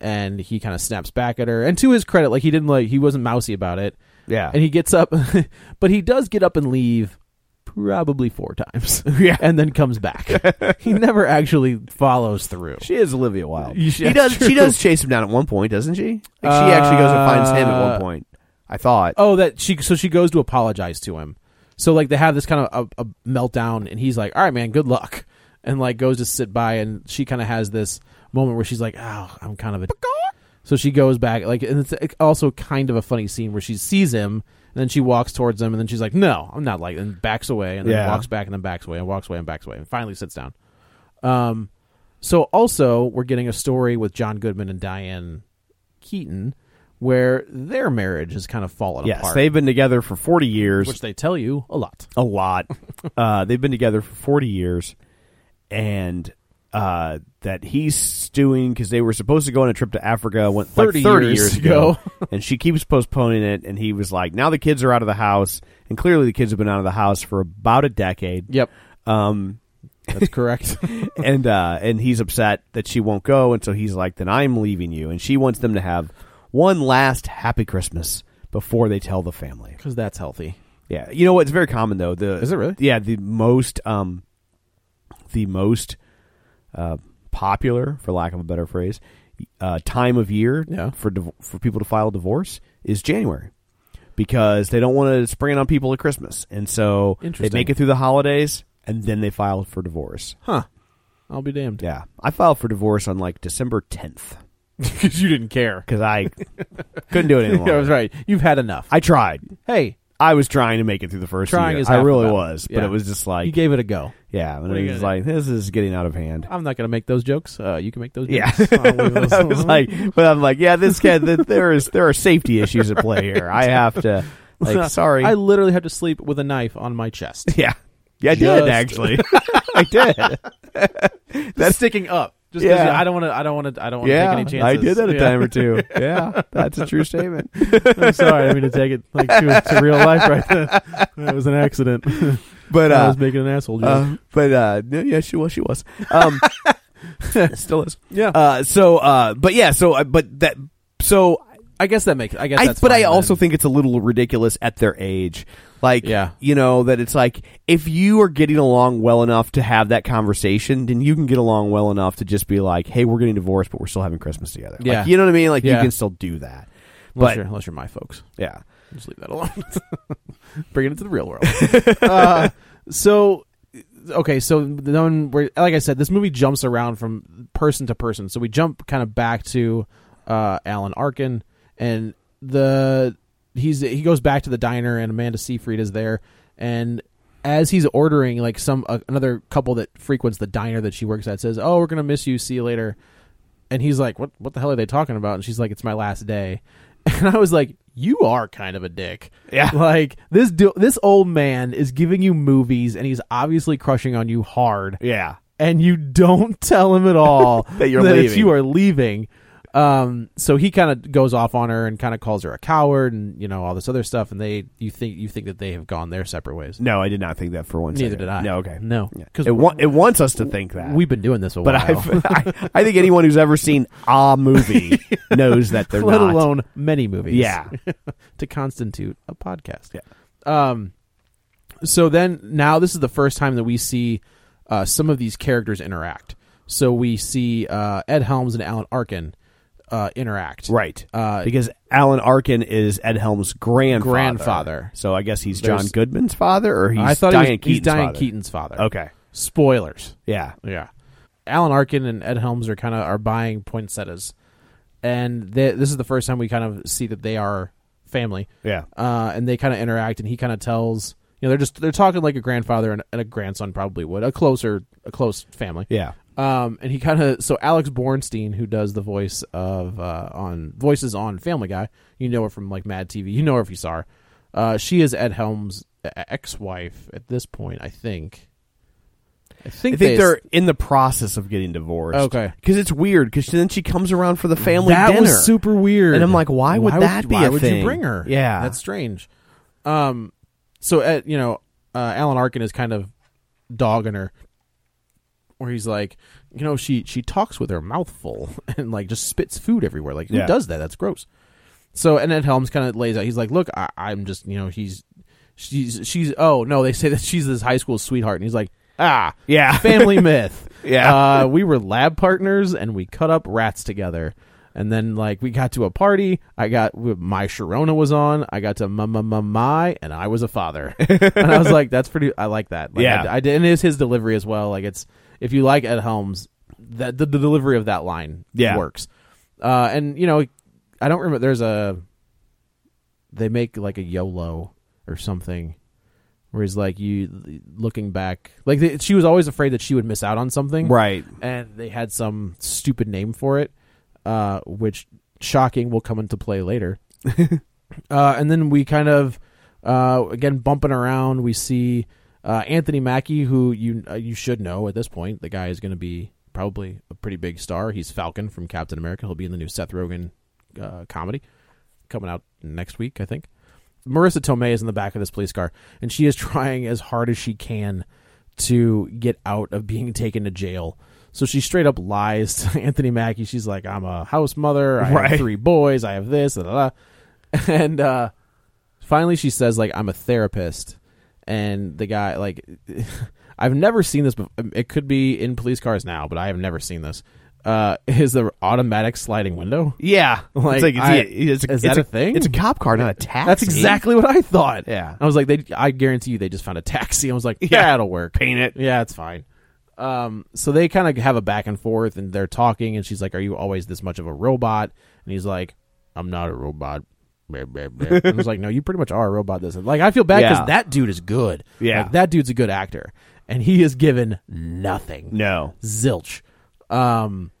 F: and he kind of snaps back at her. And to his credit, like he didn't like he wasn't mousy about it.
E: yeah,
F: And he gets up, but he does get up and leave probably four times.
E: Yeah.
F: and then comes back. he never actually follows through.
E: She is Olivia Wilde.
F: You-
E: She does.
F: that's
E: She
F: true.
E: does chase him down at one point, doesn't she? Like she actually goes and finds him at one
F: Uh,
E: point. I thought.
F: Oh, that she so she goes to apologize to him. So like they have this kind of a, a meltdown, and he's like, "All right, man, good luck," and like goes to sit by, and she kind of has this moment where she's like, "Oh, I'm kind of a." So she goes back, like, and it's like, also kind of a funny scene where she sees him, and then she walks towards him, and then she's like, "No, I'm not like," and backs away, and then
E: Yeah.
F: walks back, and then backs away, and walks away, and backs away, and finally sits down. Um, so also we're getting a story with John Goodman and Diane Keaton where their marriage has kind of fallen
E: yes,
F: apart.
E: they've been together for forty years.
F: which they tell you a lot.
E: a lot. uh, they've been together for 40 years, and uh, that he's stewing because they were supposed to go on a trip to Africa went,
F: 30
E: like 30
F: years
E: years,
F: ago.
E: ago, and she keeps postponing it. And he was like, "Now the kids are out of the house," and clearly the kids have been out of the house for about a decade.
F: Yep,
E: Um,
F: that's correct.
E: and uh, and he's upset that she won't go, and so he's like, "Then I'm leaving you." And she wants them to have one last happy Christmas before they tell the family.
F: Because that's healthy.
E: Yeah, you know what? It's very common though. The
F: Is it really?
E: Yeah, the most um, the most uh, popular, for lack of a better phrase, uh, time of year
F: Yeah.
E: for div- for people to file divorce is January because they don't want to spring it on people at Christmas, and so they
F: Interesting.
E: make it through the holidays and then they file for divorce.
F: Huh. I'll be damned.
E: Yeah, I filed for divorce on like December tenth
F: Because you didn't care.
E: because I couldn't do it anymore.
F: I was right. You've had enough.
E: I tried.
F: hey,
E: I was trying to make it through the first
F: Trying
E: year.
F: is
E: I
F: half the
E: really
F: battle.
E: was, but
F: Yeah.
E: it was just like
F: you gave it a go.
E: Yeah, and
F: What are you
E: it was
F: gonna
E: like, this is getting out of hand.
F: I'm not going to make those jokes. Uh, you can make those
E: Yeah,
F: jokes. I'll leave those
E: I was
F: alone.
E: like, but I'm like, yeah, this kid, th- there is there are safety issues at play here. I have to, like, sorry,
F: I literally have to sleep with a knife on my chest.
E: yeah, yeah, I
F: Just-
E: did actually, I did.
F: That's sticking up. Just 'cause,
E: Yeah.
F: yeah, I don't want to. I don't want to. I don't want to
E: Yeah,
F: take any chances.
E: I did that a
F: Yeah.
E: time or two. Yeah, that's a true statement.
F: I'm sorry. I mean to take it like to, to real life right then. That was an accident.
E: But
F: I
E: uh,
F: was making an asshole joke.
E: uh but uh, no, yeah, she was, she was, um, still is.
F: yeah.
E: Uh, so uh, but yeah, so uh, but that so
F: I guess that makes. I guess.
E: I,
F: that's
E: but
F: fine
E: I also
F: then.
E: think it's a little ridiculous at their age. Like,
F: Yeah.
E: you know, that it's like if you are getting along well enough to have that conversation, then you can get along well enough to just be like, hey, we're getting divorced, but we're still having Christmas together. Like,
F: Yeah.
E: you know what I mean? Like,
F: Yeah.
E: you can still do that.
F: Unless,
E: But,
F: you're, unless you're my folks,
E: yeah.
F: just leave that alone. Bring it into the real world. uh, so, okay. So then, we're, like I said, this movie jumps around from person to person. So we jump kind of back to uh, Alan Arkin and the he's he goes back to the diner and Amanda Seyfried is there and as he's ordering like some uh, another couple that frequents the diner that she works at says oh we're gonna miss you see you later and he's like what what the hell are they talking about and she's like it's my last day and I was like you are kind of a dick
E: Yeah.
F: like this du- this old man is giving you movies and he's obviously crushing on you hard
E: Yeah.
F: and you don't tell him at all
E: That you're
F: it's-
E: leaving.
F: you are leaving. Um, so he kind of goes off on her and kind of calls her a coward and you know all this other stuff. And they, you think you think that they have gone their separate ways.
E: No, I did not think that for one.
F: Neither
E: second.
F: did I.
E: No, okay,
F: No,
E: Because it, wa- it wants us to think that.
F: we've been doing this a
E: but
F: while.
E: I've, I, I think anyone who's ever seen a movie knows that they're
F: let
E: not.
F: alone many movies.
E: Yeah.
F: to constitute a podcast.
E: Yeah.
F: Um. So then, now this is the first time that we see uh, some of these characters interact. So we see uh, Ed Helms and Alan Arkin uh, interact.
E: right.
F: Uh,
E: because Alan Arkin is Ed Helm's grandfather.
F: Grandfather.
E: So I guess he's John
F: There's-
E: Goodman's father, or he's
F: I thought
E: Diane
F: he was,
E: Keaton's
F: he's Diane
E: father?
F: Keaton's father.
E: Okay.
F: Spoilers.
E: Yeah.
F: Yeah. Alan Arkin and Ed Helms are kind of are buying poinsettias, and they, this is the first time we kind of see that they are family.
E: Yeah.
F: uh, and they kind of interact, and he kind of tells you know they're just they're talking like a grandfather and, and a grandson probably would a closer a close family.
E: Yeah.
F: Um, and he kind of so Alex Bornstein, who does the voice of uh, on voices on Family Guy, you know her from like Mad TV, you know her if you saw her. Uh, she is Ed Helms' e-, ex-wife at this point, I think. I think,
E: I think
F: they,
E: they're in the process of getting divorced.
F: Okay.
E: Because it's weird. Because then she comes around for the family
F: that
E: dinner.
F: was super weird.
E: And I'm like, why would that be
F: Why
E: a
F: would
E: thing?
F: you bring her?
E: Yeah.
F: that's strange. Um, so uh, you know, uh, Alan Arkin is kind of dogging her, where he's like, you know, she she talks with her mouth full and like just spits food everywhere. Like, who
E: Yeah.
F: does that? That's gross. So and Ed Helms kind of lays out. He's like, look, I, I'm just you know, he's she's she's oh no, they say that she's this high school sweetheart, and he's like, ah,
E: Yeah.
F: family myth.
E: Yeah.
F: Uh, we were lab partners and we cut up rats together. And then, like, we got to a party. I got my Sharona was on. I got to my, my, my, my and I was a father. and I was like, that's pretty, I like that. Like,
E: Yeah.
F: I, I did. And it's his delivery as well. Like, it's, if you like Ed Helms, that the, the delivery of that line
E: Yeah.
F: works. Uh, and, you know, I don't remember. There's a, they make like a YOLO or something where he's like you looking back like they, she was always afraid that she would miss out on something
E: Right.
F: and they had some stupid name for it uh, which shocking will come into play later uh, and then we kind of uh, again bumping around we see uh, anthony mackie who you uh, you should know at this point the guy is going to be probably a pretty big star he's falcon from captain america he'll be in the new seth rogen uh, comedy coming out next week i think Marissa Tomei is in the back of this police car, and she is trying as hard as she can to get out of being taken to jail. So she straight up lies to Anthony Mackie. She's like, "I'm a house mother. I
E: Right.
F: have three boys. I have this." Da, da, da. And uh, finally, she says, "Like I'm a therapist," and the guy, like, I've never seen this. Before. It could be in police cars now, but I have never seen this. Uh, is the automatic sliding window?
E: Yeah. it's
F: Like,
E: like, it's,
F: I-
E: it's
F: is that
E: it's
F: a thing?
E: It's a cop car, not a taxi.
F: That's exactly what I thought.
E: Yeah.
F: I was like, they. I guarantee you, they just found a taxi. I was like, yeah,
E: Yeah.
F: it'll work.
E: Paint it.
F: Yeah, it's fine. Um, so they kind of have a back and forth, and they're talking, and she's like, "Are you always this much of a robot?" And he's like, "I'm not a robot." Blah, blah, blah. and I was like, "No, you pretty much are a robot." This, and like, I feel bad because
E: Yeah.
F: that dude is good.
E: Yeah.
F: like, that dude's a good actor, and he is given nothing
E: No.
F: zilch. Um,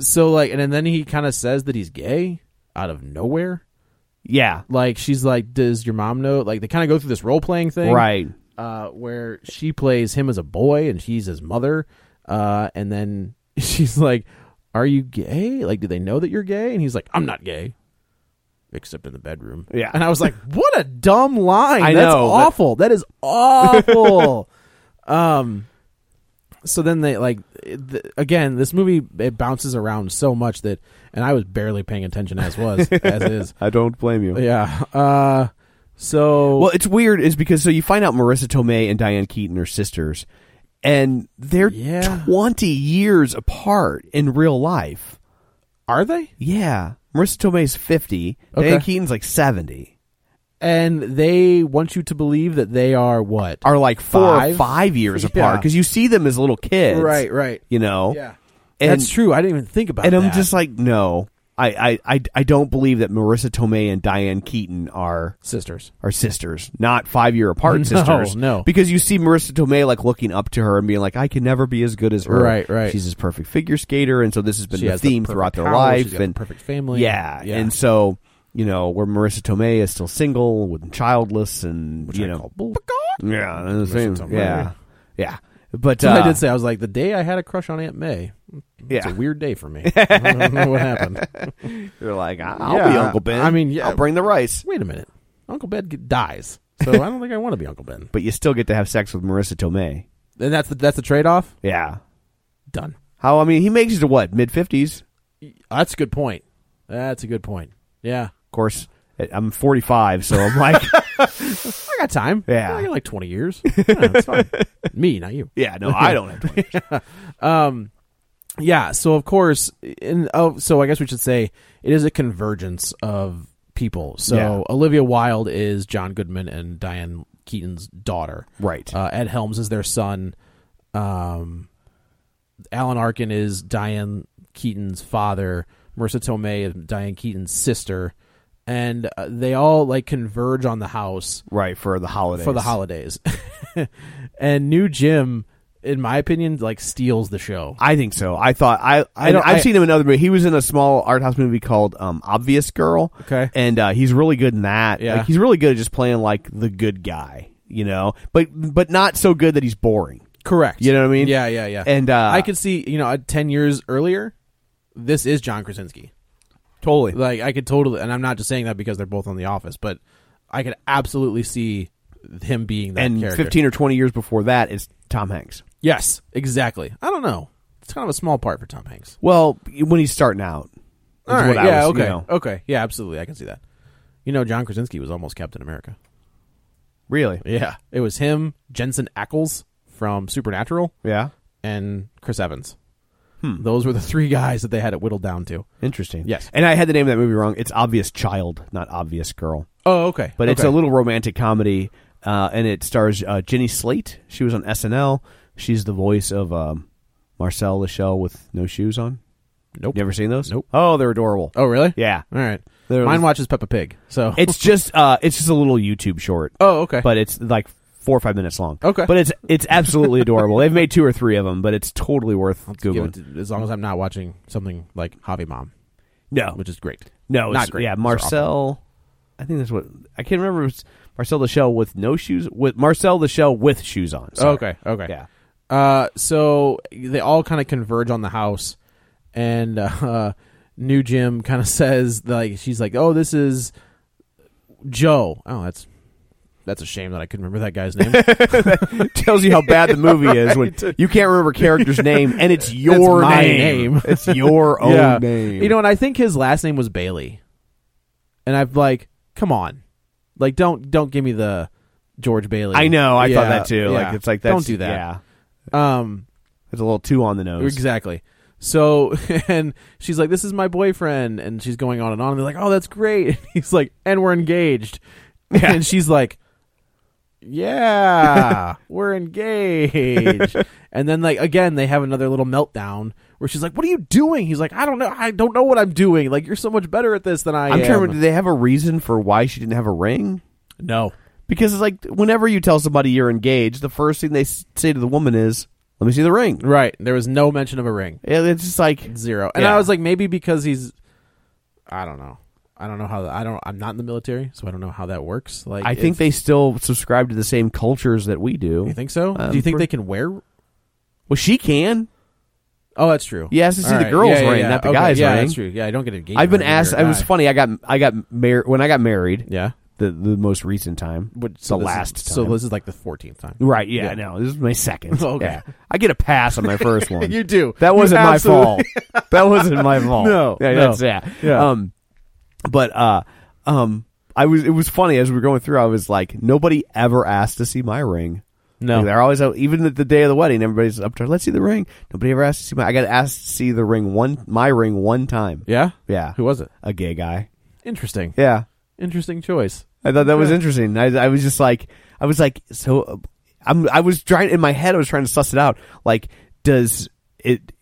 F: so like, and then he kind of says that he's gay out of nowhere.
E: Yeah.
F: Like she's like, "Does your mom know?" Like they kind of go through this role playing thing,
E: Right.
F: Uh, where she plays him as a boy and he's his mother, uh, and then she's like, "Are you gay? Like, do they know that you're gay?" And he's like, "I'm not gay." Except in the bedroom,
E: Yeah.
F: And I was like, "What a dumb line!
E: I
F: That's
E: know, but-
F: awful. That is awful." um, so then they like it- th- again this movie it bounces around so much that, and I was barely paying attention as was as is.
E: I don't blame you.
F: Yeah. Uh, so
E: Well, it's weird is because so you find out Marissa Tomei and Diane Keaton are sisters, and they're
F: Yeah.
E: twenty years apart in real life.
F: are they?
E: Yeah, Marissa Tomei's fifty. Diane
F: Okay.
E: Keaton's like seventy.
F: And they want you to believe that they are what?
E: Are like four or
F: Five?
E: five years apart
F: Yeah.
E: because you see them as little kids,
F: Right, right.
E: You know,
F: Yeah.
E: And,
F: That's true. I didn't even think about
E: And I'm
F: that.
E: just like, no, I, I, I, I don't believe that Marissa Tomei and Diane Keaton are
F: sisters.
E: are sisters, not five year apart
F: No,
E: sisters.
F: no.
E: because you see Marissa Tomei like looking up to her and being like, "I can never be as good as her."
F: Right, right.
E: She's this perfect figure skater, and so this has been
F: She
E: the
F: has the
E: theme
F: perfect
E: throughout their
F: house,
E: life
F: she's got the
E: and
F: perfect family.
E: Yeah,
F: Yeah.
E: and so you know where Marissa Tomei is still single, with childless, and you know, yeah, and the
F: Marissa
E: same-
F: Tomei.
E: yeah, yeah. But
F: So
E: uh,
F: I did say I was like the day I had a crush on Aunt May. It's
E: yeah,
F: a weird day for me. I don't know what happened.
E: they're like, "I- I'll
F: Yeah,
E: be Uncle Ben.
F: I mean, yeah.
E: I'll bring the rice,
F: Wait a minute, Uncle Ben get, dies, so I don't think I want to be Uncle Ben.
E: but you still get to have sex with Marissa Tomei.
F: And that's the that's the trade off.
E: Yeah,
F: Done.
E: how? I mean, he makes it to what mid fifties.
F: That's a good point. That's a good point. Yeah,
E: Of course, I'm 45, so I'm like,
F: I got time.
E: Yeah.
F: I got like twenty years. Yeah, it's fine. Me, not you.
E: yeah, no, I don't have. 20.
F: Um, yeah. So of course, in oh, so I guess we should say it is a convergence of people. So
E: Yeah.
F: Olivia Wilde is John Goodman and Diane Keaton's daughter.
E: Right.
F: Uh, Ed Helms is their son. Um, Alan Arkin is Diane Keaton's father. Marissa Tomei is Diane Keaton's sister, and uh, they all like converge on the house
E: right for the holidays.
F: for the holidays. and New Jim, in my opinion, like steals the show.
E: I think so. I thought I, I
F: I don't-
E: I've
F: I-
E: seen him in other movies. He was in a small art house movie called um, Obvious Girl.
F: Okay.
E: and uh, he's really good in that.
F: Yeah.
E: Like, he's really good at just playing like the good guy, you know, but but not so good that he's boring.
F: Correct.
E: You know what I mean?
F: Yeah, yeah, yeah.
E: And, uh,
F: I could see, you know, uh, ten years earlier, this is John Krasinski.
E: Totally.
F: Like I could totally, and I'm not just saying that because they're both on The Office, but I could absolutely see him being that
E: and
F: character.
E: fifteen or twenty years before that is Tom Hanks.
F: Yes, exactly. I don't know. It's kind of a small part for Tom Hanks.
E: Well, when he's starting out. is
F: All right.
E: what I
F: yeah.
E: was,
F: okay.
E: you know.
F: Okay. Yeah. Absolutely. I can see that. You know, John Krasinski was almost Captain America.
E: Really?
F: Yeah. It was him, Jensen Ackles from Supernatural,
E: Yeah.
F: and Chris Evans. Those were the three guys that they had it whittled down to.
E: Interesting.
F: Yes.
E: And I had the name of that movie wrong. It's Obvious Child, not Obvious Girl.
F: Oh, okay.
E: But it's
F: Okay.
E: a little romantic comedy, uh, and it stars uh, Jenny Slate. She was on SNL. She's the voice of um, Marcel Lachelle with no shoes on.
F: Nope.
E: You ever seen those?
F: Nope.
E: Oh, they're adorable.
F: Oh, really?
E: Yeah.
F: All right.
E: There
F: Mine
E: was-
F: watches Peppa Pig. So.
E: It's just uh, it's just a little YouTube short,
F: oh, okay.
E: but it's like four or five minutes long.
F: Okay.
E: But it's it's absolutely adorable. They've made two or three of them, but it's totally worth
F: Give
E: googling.
F: it to- as long as I'm not watching something like Hobby Mom,
E: no,
F: which is great.
E: no,
F: not
E: it's-
F: great.
E: Yeah,
F: Those are
E: Marcel. I think that's what I can't remember. If it's Marcel the Shell with no shoes with Marcel the Shell with shoes on. Sorry.
F: Okay. Okay.
E: Yeah.
F: Uh, so they all kind of converge on the house, and uh, New Jim kind of says like she's like, "Oh, this is Joe." Oh, that's that's a shame that I couldn't remember that guy's name.
E: tells you how bad the movie is when you can't remember a character's name and it's your
F: my name.
E: It's your own
F: yeah,
E: name.
F: you know, and I think his last name was Bailey, and I've like, come on, like don't don't give me the George Bailey.
E: I know. I thought
F: Yeah,
E: that too. Like
F: yeah.
E: it's like that's,
F: don't do that.
E: Yeah,
F: Um,
E: it's a little too on the nose.
F: Exactly. So, and she's like, "This is my boyfriend," and she's going on and on. And they're like, "Oh, that's great." And he's like, "And we're engaged." And she's like, "Yeah, we're engaged." and then, like again, they have another little meltdown where she's like, "What are you doing?" He's like, "I don't know. I don't know what I'm doing. Like, you're so much better at this than I
E: I'm
F: am."
E: trying to remember, do they have a reason for why she didn't have a ring?
F: no.
E: Because it's like whenever you tell somebody you're engaged, the first thing they s- say to the woman is, "Let me see the ring."
F: Right. There was no mention of a ring.
E: Yeah, It's just like
F: Zero. And
E: Yeah.
F: I was like, maybe because he's, I don't know. I don't know how. I don't. I'm not in the military, so I don't know how that works. Like,
E: I think
F: it's-
E: they still subscribe to the same cultures that we do.
F: You think so?
E: Um,
F: Do you think
E: per-
F: they can wear?
E: Well, she can.
F: Oh, that's true.
E: You has to see
F: All
E: the
F: right.
E: girl's
F: Yeah, yeah,
E: ring,
F: yeah.
E: not the
F: Okay,
E: guy's
F: yeah,
E: ring.
F: That's true. Yeah, I don't get engaged.
E: I've been
F: when you're
E: asked.
F: a
E: It was
F: guy.
E: funny. I got I got married when I got married.
F: Yeah.
E: the the most recent time.
F: What-
E: the
F: this is-
E: last time.
F: So this is like the fourteenth time.
E: right? Yeah,
F: Yeah.
E: no, this is my second.
F: Okay.
E: Yeah. I get a pass on my first one.
F: You do.
E: That
F: You
E: wasn't my
F: absolutely-
E: fault. that wasn't my fault.
F: No,
E: yeah,
F: no.
E: that's yeah.
F: Yeah.
E: Um, but uh, um, I was it was funny as we were going through. I was like, nobody ever asked to see my ring.
F: No.
E: Like, they're always out, even at the day of the wedding. Everybody's up to let's see the ring. Nobody ever asked to see my. I got asked to see the ring one, my ring one time.
F: Yeah.
E: Yeah,
F: Who was it?
E: a gay guy.
F: Interesting.
E: Yeah,
F: Interesting choice.
E: I thought that was interesting. I, I was just like, I was like, so uh, I'm, I was trying in my head, I was trying to suss it out. Like, does it,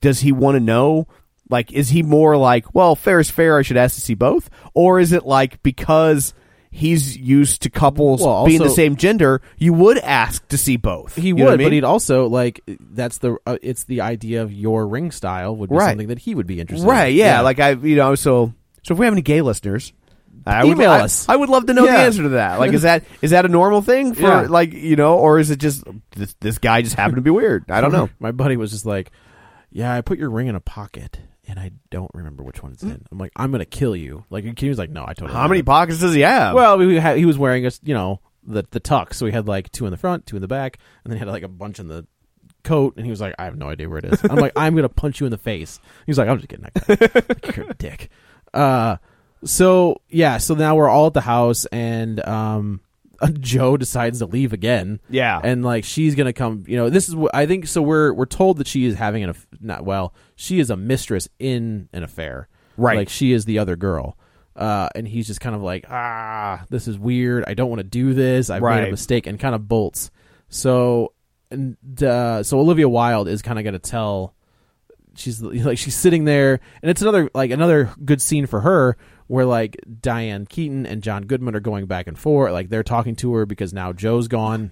E: does he want to know? Like, is he more like, well, fair is fair, I should ask to see both? Or is it like, because he's used to couples
F: Well,
E: being the
F: also-
E: same gender, you would ask to see both?
F: He
E: You know
F: would,
E: what I
F: but
E: mean?
F: he'd also like. That's the. Uh, it's the idea of your ring style would be
E: Right.
F: something that he would be interested.
E: Right,
F: in.
E: yeah, Like, I, you know, so, so if we have any gay listeners, I would,
F: Email
E: I-
F: us.
E: I, would love to know the
F: Yeah.
E: answer to that. Like, is that is that a normal thing for
F: Yeah.
E: like you know, or is it just this, this guy just happened to be weird? I don't know.
F: My buddy was just like, "Yeah, I put your ring in a pocket, and I don't remember which one it's in." I'm like, "I'm gonna kill you!" Like he was like, "No, I totally."
E: Hmm. How many
F: remember."
E: pockets does he have?
F: Well, we had, he was wearing a s- you know the the tux, so he had like two in the front, two in the back, and then he had like a bunch in the coat, and he was like, "I have no idea where it is." I'm like, "I'm gonna punch you in the face." He was like, "I'm just kidding, that guy. you're a dick." Uh, so yeah, so now we're all at the house, and um, Joe decides to leave again.
E: Yeah.
F: and like she's gonna come. You know, this is what I think. So we're we're told that she is having an aff- not well, she is a mistress in an affair.
E: Right.
F: Like she is the other girl. Uh, and he's just kind of like, ah, this is weird. I don't want to do this. I've made
E: Right.
F: a mistake, and kind of bolts. So, and uh, so Olivia Wilde is kind of going to tell. She's like she's sitting there, and it's another like another good scene for her where like Diane Keaton and John Goodman are going back and forth. Like they're talking to her because now Joe's gone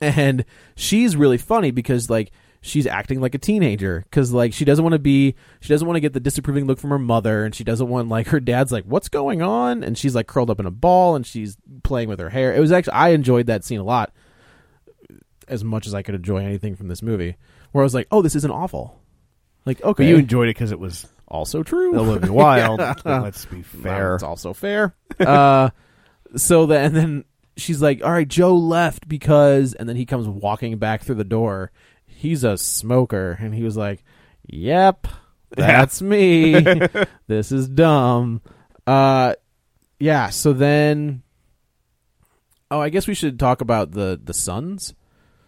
F: and she's really funny because like she's acting like a teenager because like she doesn't want to be she doesn't want to get the disapproving look from her mother and she doesn't want like her dad's like what's going on and she's like curled up in a ball and she's playing with her hair it was actually i enjoyed that scene a lot as much as i could enjoy anything from this movie where i was like oh this isn't awful like okay
E: But you enjoyed it because it was
F: also true
E: Olivia Wilde. Let's be
F: well,
E: fair.
F: It's also fair. uh, so then, and then she's like, "All right, Joe left because," and then he comes walking back through the door. He's a smoker, and he was like, "Yep, that's me. this is dumb." Uh, yeah. So then, oh, I guess we should talk about the the sons.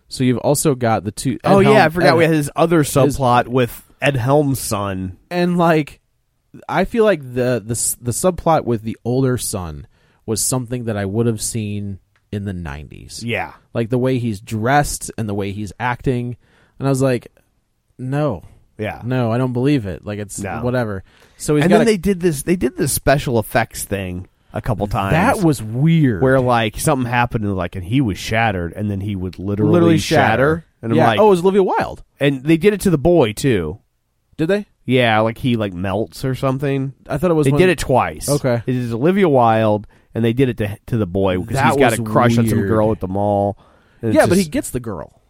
F: So you've also got the two.
E: Oh
F: Ed
E: yeah, I
F: Helm-
E: forgot
F: Ed-
E: we had his other subplot with Ed Helm's son.
F: and like I feel like the the s- the subplot with the older son was something that I would have seen in the 90s.
E: Yeah.
F: Like the way he's dressed and the way he's acting and I was like no.
E: Yeah.
F: No, I don't believe it. Like it's
E: No.
F: whatever. So he's
E: and
F: got
E: then
F: a-
E: they did this they did this special effects thing a couple times.
F: that was weird.
E: where like something happened and like and he was shattered and then he would literally, shatter. And I'm
F: yeah.
E: like
F: oh, it was Olivia Wilde.
E: and they did it to the boy too.
F: Did they?
E: Yeah, like he like melts or something.
F: I thought it was
E: They
F: when-
E: did it twice.
F: Okay.
E: It is Olivia Wilde and they did it to to the boy because
F: That
E: he's got a
F: was
E: crush on some
F: weird.
E: girl at the mall. And it's
F: Yeah, but he
E: just-
F: gets the girl.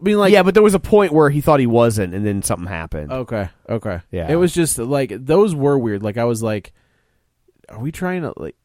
F: I mean like
E: yeah, but there was a point where he thought he wasn't, and then something happened.
F: Okay. Okay.
E: Yeah.
F: It was just like those were weird. Like I was like, are we trying to like?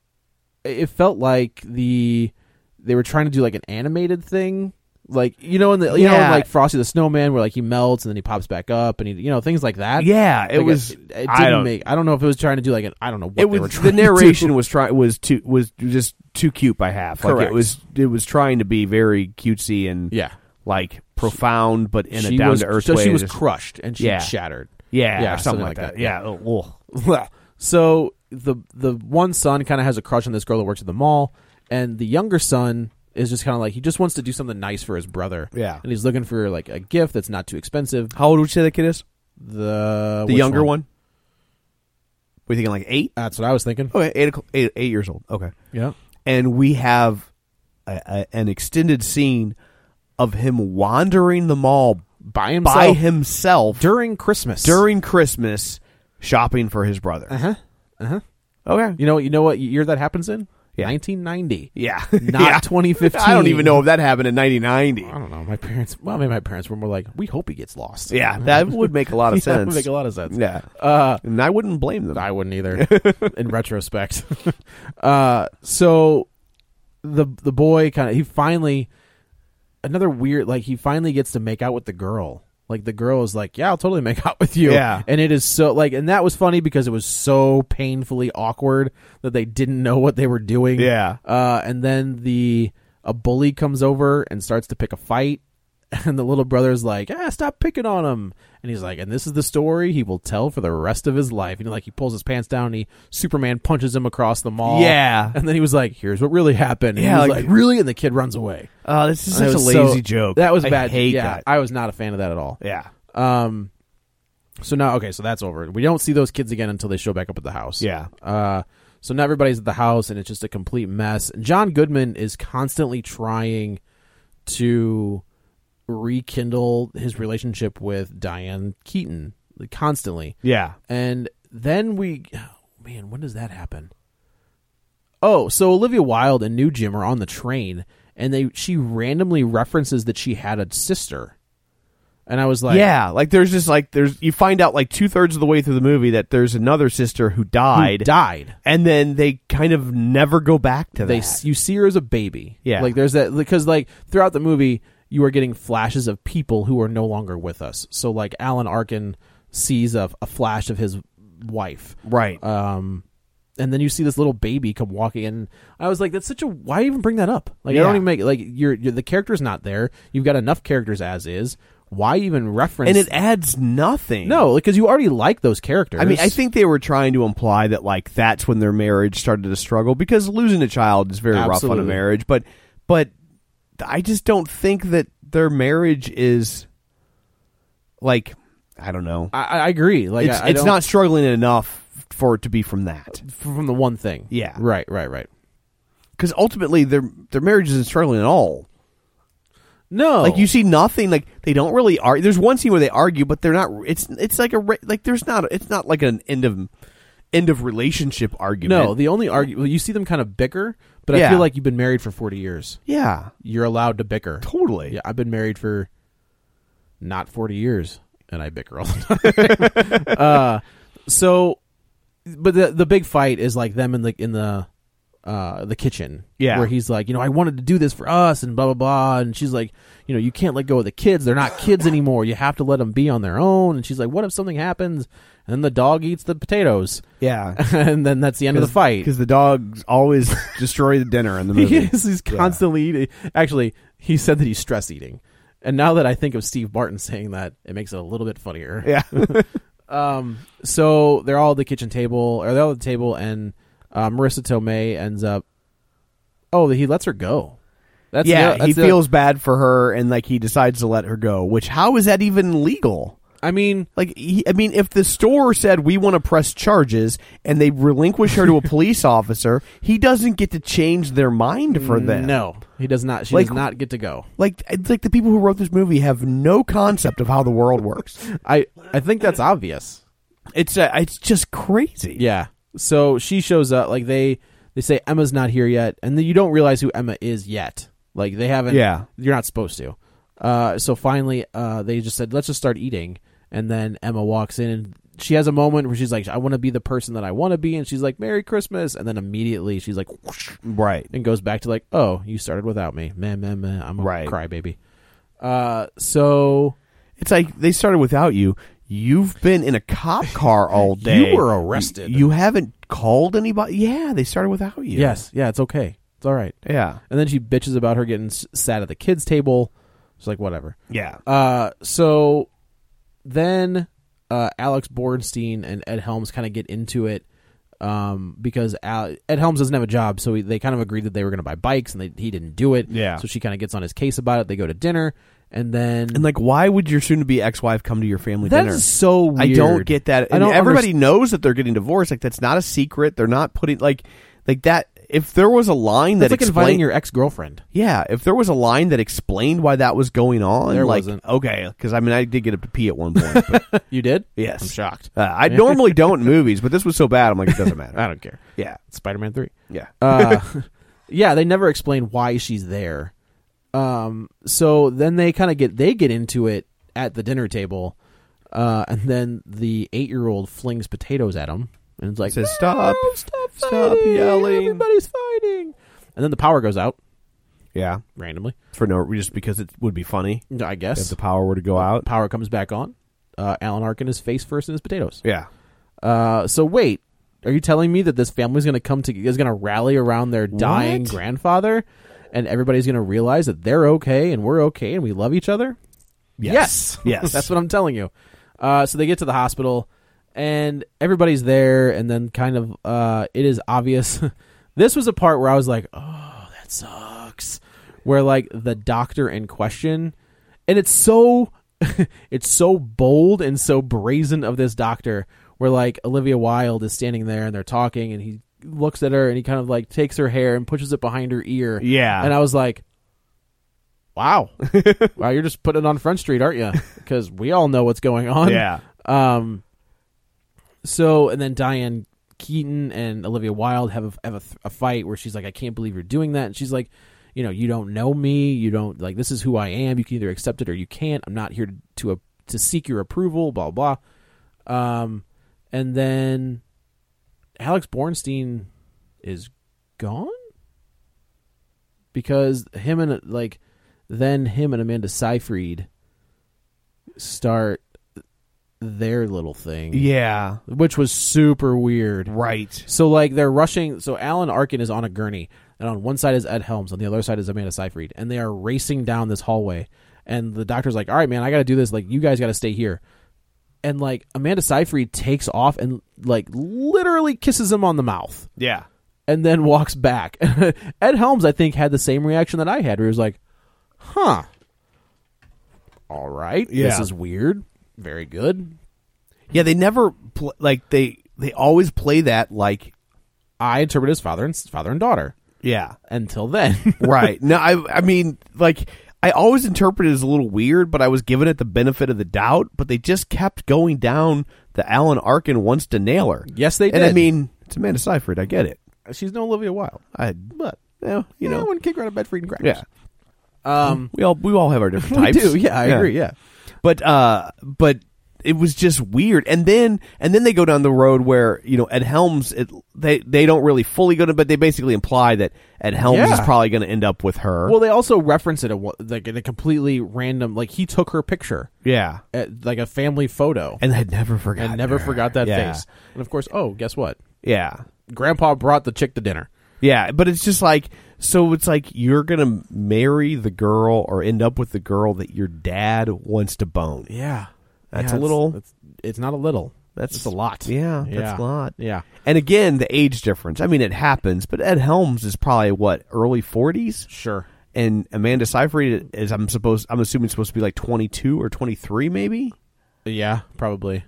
F: It felt like the they were trying to do like an animated thing, like you know, in the you know, in,
E: Yeah.
F: like Frosty the Snowman, where like he melts and then he pops back up, and he you know things like that.
E: yeah, it
F: Like,
E: was.
F: It, it
E: I
F: didn't
E: don't-
F: make. I don't know if it was trying to do like an. I don't know what
E: It
F: they were
E: was the
F: trying to do.
E: narration was try was too was just too cute by half. Like
F: Correct.
E: it was it was trying to be very cutesy and
F: Yeah.
E: like profound, but in
F: she
E: a down
F: was,
E: to earth
F: so
E: way.
F: she
E: to
F: was
E: just-
F: crushed and she
E: Yeah.
F: shattered.
E: yeah,
F: yeah,
E: or something, like that. Yeah, oh, ugh.
F: Well, so the the one son kind of has a crush on this girl that works at the mall, and the younger son is just kind of like he just wants to do something nice for his brother.
E: Yeah.
F: and he's looking for like a gift that's not too expensive.
E: How old would you say that kid is?
F: The
E: The
F: which
E: younger one? We're thinking like eight.
F: That's what I was thinking.
E: Okay, eight, o'clock- eight, eight years old. Okay,
F: Yeah,
E: and we have a, a, an extended scene of him wandering the mall
F: by himself
E: by himself
F: during Christmas.
E: during Christmas shopping for his brother.
F: uh huh uh
E: uh-huh.
F: huh.
E: Okay.
F: You know you know what year that happens in?
E: Yeah.
F: 1990.
E: Yeah.
F: Not
E: Yeah.
F: 2015.
E: I don't even know if that happened in 1990.
F: I don't know. My parents. Well, I mean, my parents were more like, "We hope he gets lost."
E: Yeah, that would make a lot of
F: Yeah, that would
E: sense.
F: make a lot of sense.
E: Yeah.
F: Uh,
E: and I wouldn't blame them.
F: I wouldn't either. in retrospect, uh, so the the boy kind of he finally another weird like he finally gets to make out with the girl. Like the girl is like, yeah, I'll totally make out with you.
E: Yeah.
F: and it is so like, and that was funny because it was so painfully awkward that they didn't know what they were doing.
E: Yeah.
F: uh, and then the a bully comes over and starts to pick a fight. And the little brother's like, ah, stop picking on him. And he's like, and this is the story he will tell for the rest of his life. And like, he pulls his pants down and he Superman punches him across the mall.
E: Yeah.
F: And then he was like, here's what really happened. And
E: Yeah,
F: he was
E: like-
F: like, really? And the kid runs away.
E: Oh, this is
F: That
E: such a
F: was so-
E: lazy joke.
F: That was
E: I
F: bad.
E: Hate
F: yeah,
E: that.
F: I was not a fan of that at all.
E: yeah.
F: Um, so now, okay, so that's over. We don't see those kids again until they show back up at the house.
E: Yeah.
F: Uh, so now everybody's at the house and it's just a complete mess. And John Goodman is constantly trying to rekindle his relationship with Diane Keaton constantly.
E: Yeah.
F: And then we, oh, man, when does that happen? oh, so Olivia Wilde and New Jim are on the train, and they she randomly references that she had a sister, and I was like,
E: yeah, like there's just like there's you find out like two thirds of the way through the movie that there's another sister who
F: who
E: died,
F: died.
E: and then they kind of never go back to
F: They
E: that.
F: you see her as a baby.
E: Yeah.
F: like there's that because like throughout the movie you are getting flashes of people who are no longer with us. So like Alan Arkin sees a, a flash of his wife.
E: right.
F: um and then you see this little baby come walking in i was like that's such a why even bring that up like i
E: Yeah.
F: don't even make like you're, you're the character's not there you've got enough characters as is why even reference
E: and it adds nothing.
F: no because you already like those characters
E: I mean, I think they were trying to imply that like that's when their marriage started to struggle because losing a child is very rough on
F: Absolutely.
E: a marriage. But but I just don't think that their marriage is like I don't know.
F: i, I agree like
E: it's
F: I, I
E: it's
F: don't-
E: not struggling enough for it to be from that
F: from the one thing
E: Yeah.
F: right right right
E: because ultimately their their marriage isn't struggling at all.
F: no
E: Like you see nothing. Like they don't really argue. There's one scene where they argue, but they're not. It's it's like a re- like there's not. It's not like an end of end of relationship argument.
F: no the only argument well, you see them kind of bicker but
E: Yeah.
F: i feel like you've been married for 40 years
E: yeah,
F: you're allowed to bicker
E: totally.
F: yeah i've been married for not 40 years and i bicker all the time uh so but the the big fight is like them in the in the uh the kitchen
E: Yeah.
F: where he's like you know i wanted to do this for us and blah blah blah and she's like you know you can't let go of the kids they're not kids anymore you have to let them be on their own and she's like what if something happens and then the dog eats the potatoes
E: Yeah.
F: and then that's the end of the fight
E: Because the dogs always destroy the dinner in the movie.
F: Yes, he's constantly eating. Actually, he said that he's stress eating. And now that I think of Steve Martin saying that, it makes it a little bit funnier.
E: Yeah.
F: Um, so they're all at the kitchen table, or they're all at the table, and uh, Marissa Tomei ends up. Oh, he lets her go. That's
E: yeah,
F: the- that's
E: he
F: the-
E: feels bad for her and like he decides to let her go, which how is that even legal?
F: I mean,
E: Like he, I mean if the store said we want to press charges and they relinquish her to a police officer, he doesn't get to change their mind for them.
F: Mm, no, he does not. She
E: Like-
F: does not get to go.
E: Like it's like the people who wrote this movie have no concept of how the world works.
F: I I think that's obvious.
E: It's uh, it's just crazy.
F: Yeah. So she shows up. Like they they say Emma's not here yet, and then you don't realize who Emma is yet. Like they haven't.
E: Yeah.
F: You're not supposed to. Uh, so finally, uh, they just said, "Let's just start eating." And then Emma walks in, and she has a moment where she's like, "I want to be the person that I want to be," and she's like, "Merry Christmas!" And then immediately she's like, whoosh,
E: Right.
F: and goes back to like, "Oh, you started without me, man, man, man. I'm a
E: Right.
F: crybaby." Uh, so
E: It's like they started without you. You've been in a cop car all day.
F: You were arrested.
E: You haven't called anybody. Yeah, they started without you.
F: yes, yeah, it's okay, it's all right.
E: Yeah.
F: And then she bitches about her getting s- sat at the kids' table. She's like, whatever.
E: Yeah.
F: Uh, so then uh, Alex Bornstein and Ed Helms kind of get into it um, because Al- Ed Helms doesn't have a job, so he, they kind of agreed that they were going to buy bikes, and they, he didn't do it.
E: Yeah.
F: So she kind of gets on his case about it. They go to dinner, and then
E: And like, why would your soon-to-be ex-wife come to your family
F: that
E: dinner?
F: is so weird.
E: I don't get that.
F: I
E: And
F: don't.
E: everybody
F: underst-
E: knows that they're getting divorced. Like that's not a secret. They're not putting like like that. If there was a line
F: That's
E: that
F: like inviting
E: explained-
F: your ex girlfriend.
E: yeah, if there was a line that explained why that was going on,
F: There
E: like
F: wasn't.
E: okay, because I mean I did get up to pee at one point. but-
F: You did?
E: yes,
F: I'm shocked.
E: Uh, I normally don't in movies, but this was so bad. I'm like, it doesn't matter.
F: I don't care.
E: yeah,
F: Spider Man Three.
E: yeah.
F: uh, yeah, they never explain why she's there. Um, so then they kind of get they get into it at the dinner table, uh, and then the eight year old flings potatoes at him and it's like
E: Says, "Stop.
F: "No, stop,
E: Stop
F: fighting.
E: yelling."
F: everybody's fighting." And then the power goes out
E: Yeah,
F: randomly.
E: for no just because it would be funny
F: I
E: if
F: guess
E: the power were to go out.
F: power comes back on. Uh, Alan Arkin is face first in his potatoes.
E: Yeah,
F: Uh, so wait, are you telling me that this family's going to come to is going to rally around their dying
E: What?
F: grandfather, and everybody's going to realize that they're okay and we're okay and we love each other?
E: Yes. Yes.
F: that's what I'm telling you. Uh, so they get to the hospital, and everybody's there, and then kind of uh, it is obvious. this was a part where I was like, oh, that sucks. Where like the doctor in question, and it's so it's so bold and so brazen of this doctor. Where like Olivia Wilde is standing there and they're talking, and he looks at her and he kind of like takes her hair and pushes it behind her ear.
E: Yeah.
F: and I was like, Wow. wow, you're just putting it on Front Street, aren't you?
E: Um,
F: Because we all know what's going on.
E: yeah.
F: Um. So and then Diane Keaton and Olivia Wilde have a, have a, th- a fight where she's like, I can't believe you're doing that, and she's like, you know, you don't know me, you don't like this is who I am. You can either accept it or you can't. I'm not here to to, uh, to seek your approval. Blah blah. Um, and then Alex Bornstein is gone because him and like then him and Amanda Seyfried start their little thing.
E: Yeah.
F: Which was super weird.
E: Right.
F: So like they're rushing. So Alan Arkin is on a gurney, and on one side is Ed Helms, on the other side is Amanda Seyfried, and they are racing down this hallway. And the doctor's like, "All right, man, I got to do this. Like, you guys got to stay here." And like Amanda Seyfried takes off and like literally kisses him on the mouth,
E: Yeah.
F: and then walks back. Ed Helms, I think, had the same reaction that I had, where he was like, "Huh, all right, this
E: Yeah.
F: is weird, very good."
E: Yeah, they never pl- like they they always play that like
F: I interpret it as father and father and daughter.
E: yeah.
F: Until then,
E: Right. No, I I mean like I always interpreted it as a little weird, but I was given it the benefit of the doubt, but they just kept going down the Alan Arkin wants to nail her.
F: Yes, they
E: And I
F: did.
E: mean, it's Amanda Seyfried, I get it.
F: she's no Olivia Wilde.
E: I but you know, you
F: Yeah, I
E: know
F: wouldn't kick her out of bed for eating crackers.
E: yeah.
F: Um,
E: We all we all have our different
F: I
E: types.
F: do. Yeah, I agree. Yeah.
E: but uh but it was just weird and then and then they go down the road where you know ed helms it, they they don't really fully go to but they basically imply that ed helms is
F: Yeah.
E: probably going to end up with her
F: Well, they also reference it at one- like in a completely random. Like he took her picture,
E: yeah
F: at, like a family photo, and,
E: and i never forgot
F: never
E: her.
F: forgot that
E: Yeah.
F: face. And of course, oh, guess what?
E: yeah
F: Grandpa brought the chick to dinner.
E: yeah but it's just like so it's like you're going to marry the girl or end up with the girl that your dad wants to bone
F: Yeah,
E: That's a little-
F: It's, it's not a little.
E: That's-
F: it's a lot.
E: yeah, that's a lot.
F: Yeah.
E: and again the age difference i mean it happens but ed helms is probably what early 40s
F: Sure.
E: and Amanda Seyfried is I'm supposed I'm assuming supposed to be like 22 or 23 maybe.
F: Yeah. Probably.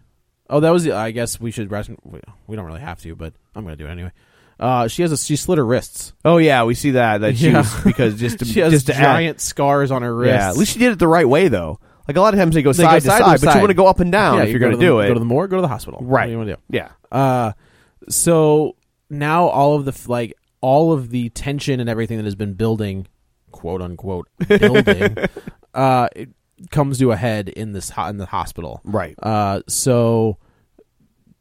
F: Oh, that was. the- I guess we should. ration- We we don't really have to, but I'm gonna do it anyway. Uh, she has a. She slit her wrists.
E: Oh yeah, we see that that she
F: Yeah.
E: was because just to,
F: She has
E: just to add-
F: giant scars on her wrists.
E: yeah, at least she did it the right way though. Like a lot of times they go
F: They go
E: side to
F: side
E: side,
F: to
E: but
F: side.
E: you want to go up and down
F: Yeah,
E: if
F: you
E: you're
F: go
E: going to
F: the-
E: do it.
F: Go to the morgue, go to the hospital. What
E: right.
F: do you want to do?
E: Yeah.
F: Uh, so now all of the f- like all of the tension and everything that has been building, quote unquote, building, uh, it comes to a head in this ho- in the hospital.
E: Right.
F: Uh, so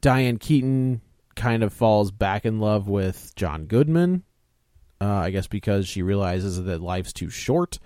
F: Diane Keaton kind of falls back in love with John Goodman. Uh, I guess because she realizes that life's too short.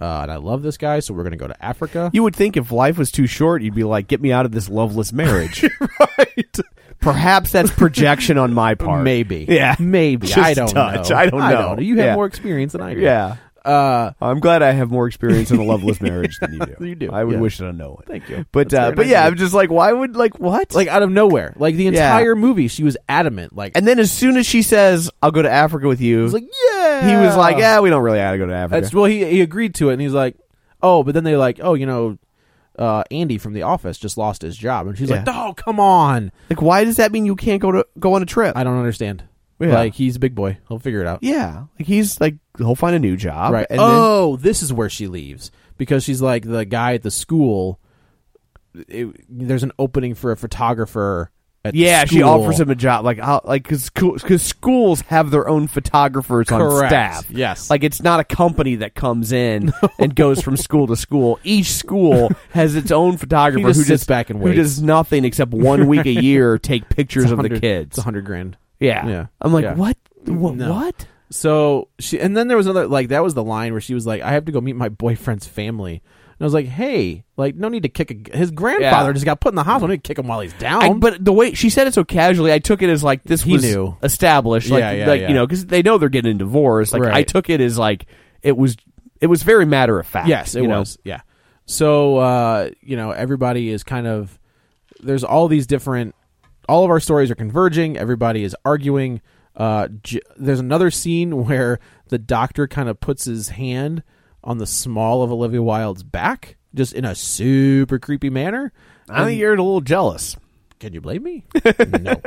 F: Uh, and I love this guy, so we're going to go to Africa.
E: You would think if life was too short, you'd be like, "Get me out of this loveless marriage."
F: right.
E: Perhaps that's projection on my part.
F: Maybe.
E: Yeah.
F: Maybe.
E: Just
F: I don't
E: touch.
F: know.
E: I don't know.
F: You have
E: Yeah.
F: more experience than I do.
E: Yeah.
F: Uh,
E: I'm glad I have more experience in a loveless marriage than you do.
F: You do,
E: I would
F: yeah.
E: wish that I know it.
F: Thank you.
E: But
F: That's
E: uh,
F: very
E: but
F: nice
E: yeah,
F: of you.
E: I'm just like, why would like what?
F: like out of nowhere. Like the
E: Yeah.
F: entire movie, she was adamant. Like,
E: And then as soon as she says, "I'll go to Africa with you,"
F: I was like, yeah.
E: he was like, "Yeah, we don't really have to go to Africa."
F: That's, well, he, he agreed to it, and he's like, oh, but then they're like, oh, you know, uh, Andy from The Office just lost his job. And she's like,
E: Yeah.
F: oh, come on.
E: like, why does that mean you can't go to go on a trip?
F: I don't understand.
E: Yeah.
F: Like, he's a big boy. He'll figure it out.
E: yeah, like he's like he'll find a new job,
F: Right.
E: And
F: oh, this is where she leaves because she's like the guy at the school. it- there's an opening for a photographer. At the
E: then, yeah, she
F: school.
E: offers him a job, like I'll, like because schools have their own photographers on
F: Correct.
E: staff.
F: Yes.
E: like it's not a company that comes in and goes from school to school. Each school has its own photographer
F: just
E: who
F: sits
E: does,
F: back and
E: who
F: waits.
E: does nothing except one week a year take pictures of the
F: 100
E: kids.
F: It's a hundred grand.
E: Yeah.
F: Yeah.
E: I'm like,
F: Yeah.
E: what? What?
F: No.
E: What?
F: So she, and then there was another like that was the line where she was like, "I have to go meet my boyfriend's family," and I was like, "Hey, like no need to kick a, his grandfather
E: Yeah.
F: just got put in the hospital. No need to kick him while he's down."
E: I, but the way she said it so casually, I took it as like this
F: Um, He
E: was
F: knew.
E: established, like,
F: Yeah, yeah,
E: like
F: yeah.
E: you know, because they know they're getting divorced. Like I
F: Right.
E: took it as like it was, it was very matter of fact.
F: Yes, it
E: you know?
F: was. Yeah. So uh, you know, everybody is kind of there's all these different. All of our stories are converging. Everybody is arguing. Uh, j- there's another scene where the doctor kind of puts his hand on the small of Olivia Wilde's back, just in a super creepy manner.
E: I think you're a little jealous.
F: Can you blame me? no.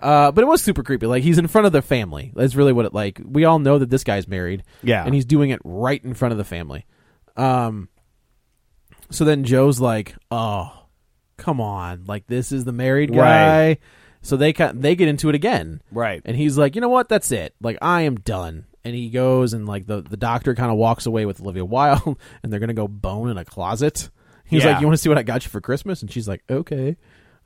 F: Uh, but it was super creepy. Like he's in front of the family. That's really what it like. We all know that this guy's married.
E: Yeah.
F: and he's doing it right in front of the family. Um. So then Joe's like, "Oh, come on! Like this is the married
E: Right.
F: guy." So they ca- they get into it again.
E: Right.
F: And he's like, "You know what? That's it. Like I am done." And he goes and like the the doctor kind of walks away with Olivia Wilde and they're going to go bone in a closet. He's
E: Yeah.
F: like, "You want to see what I got you for Christmas?" And she's like, "Okay."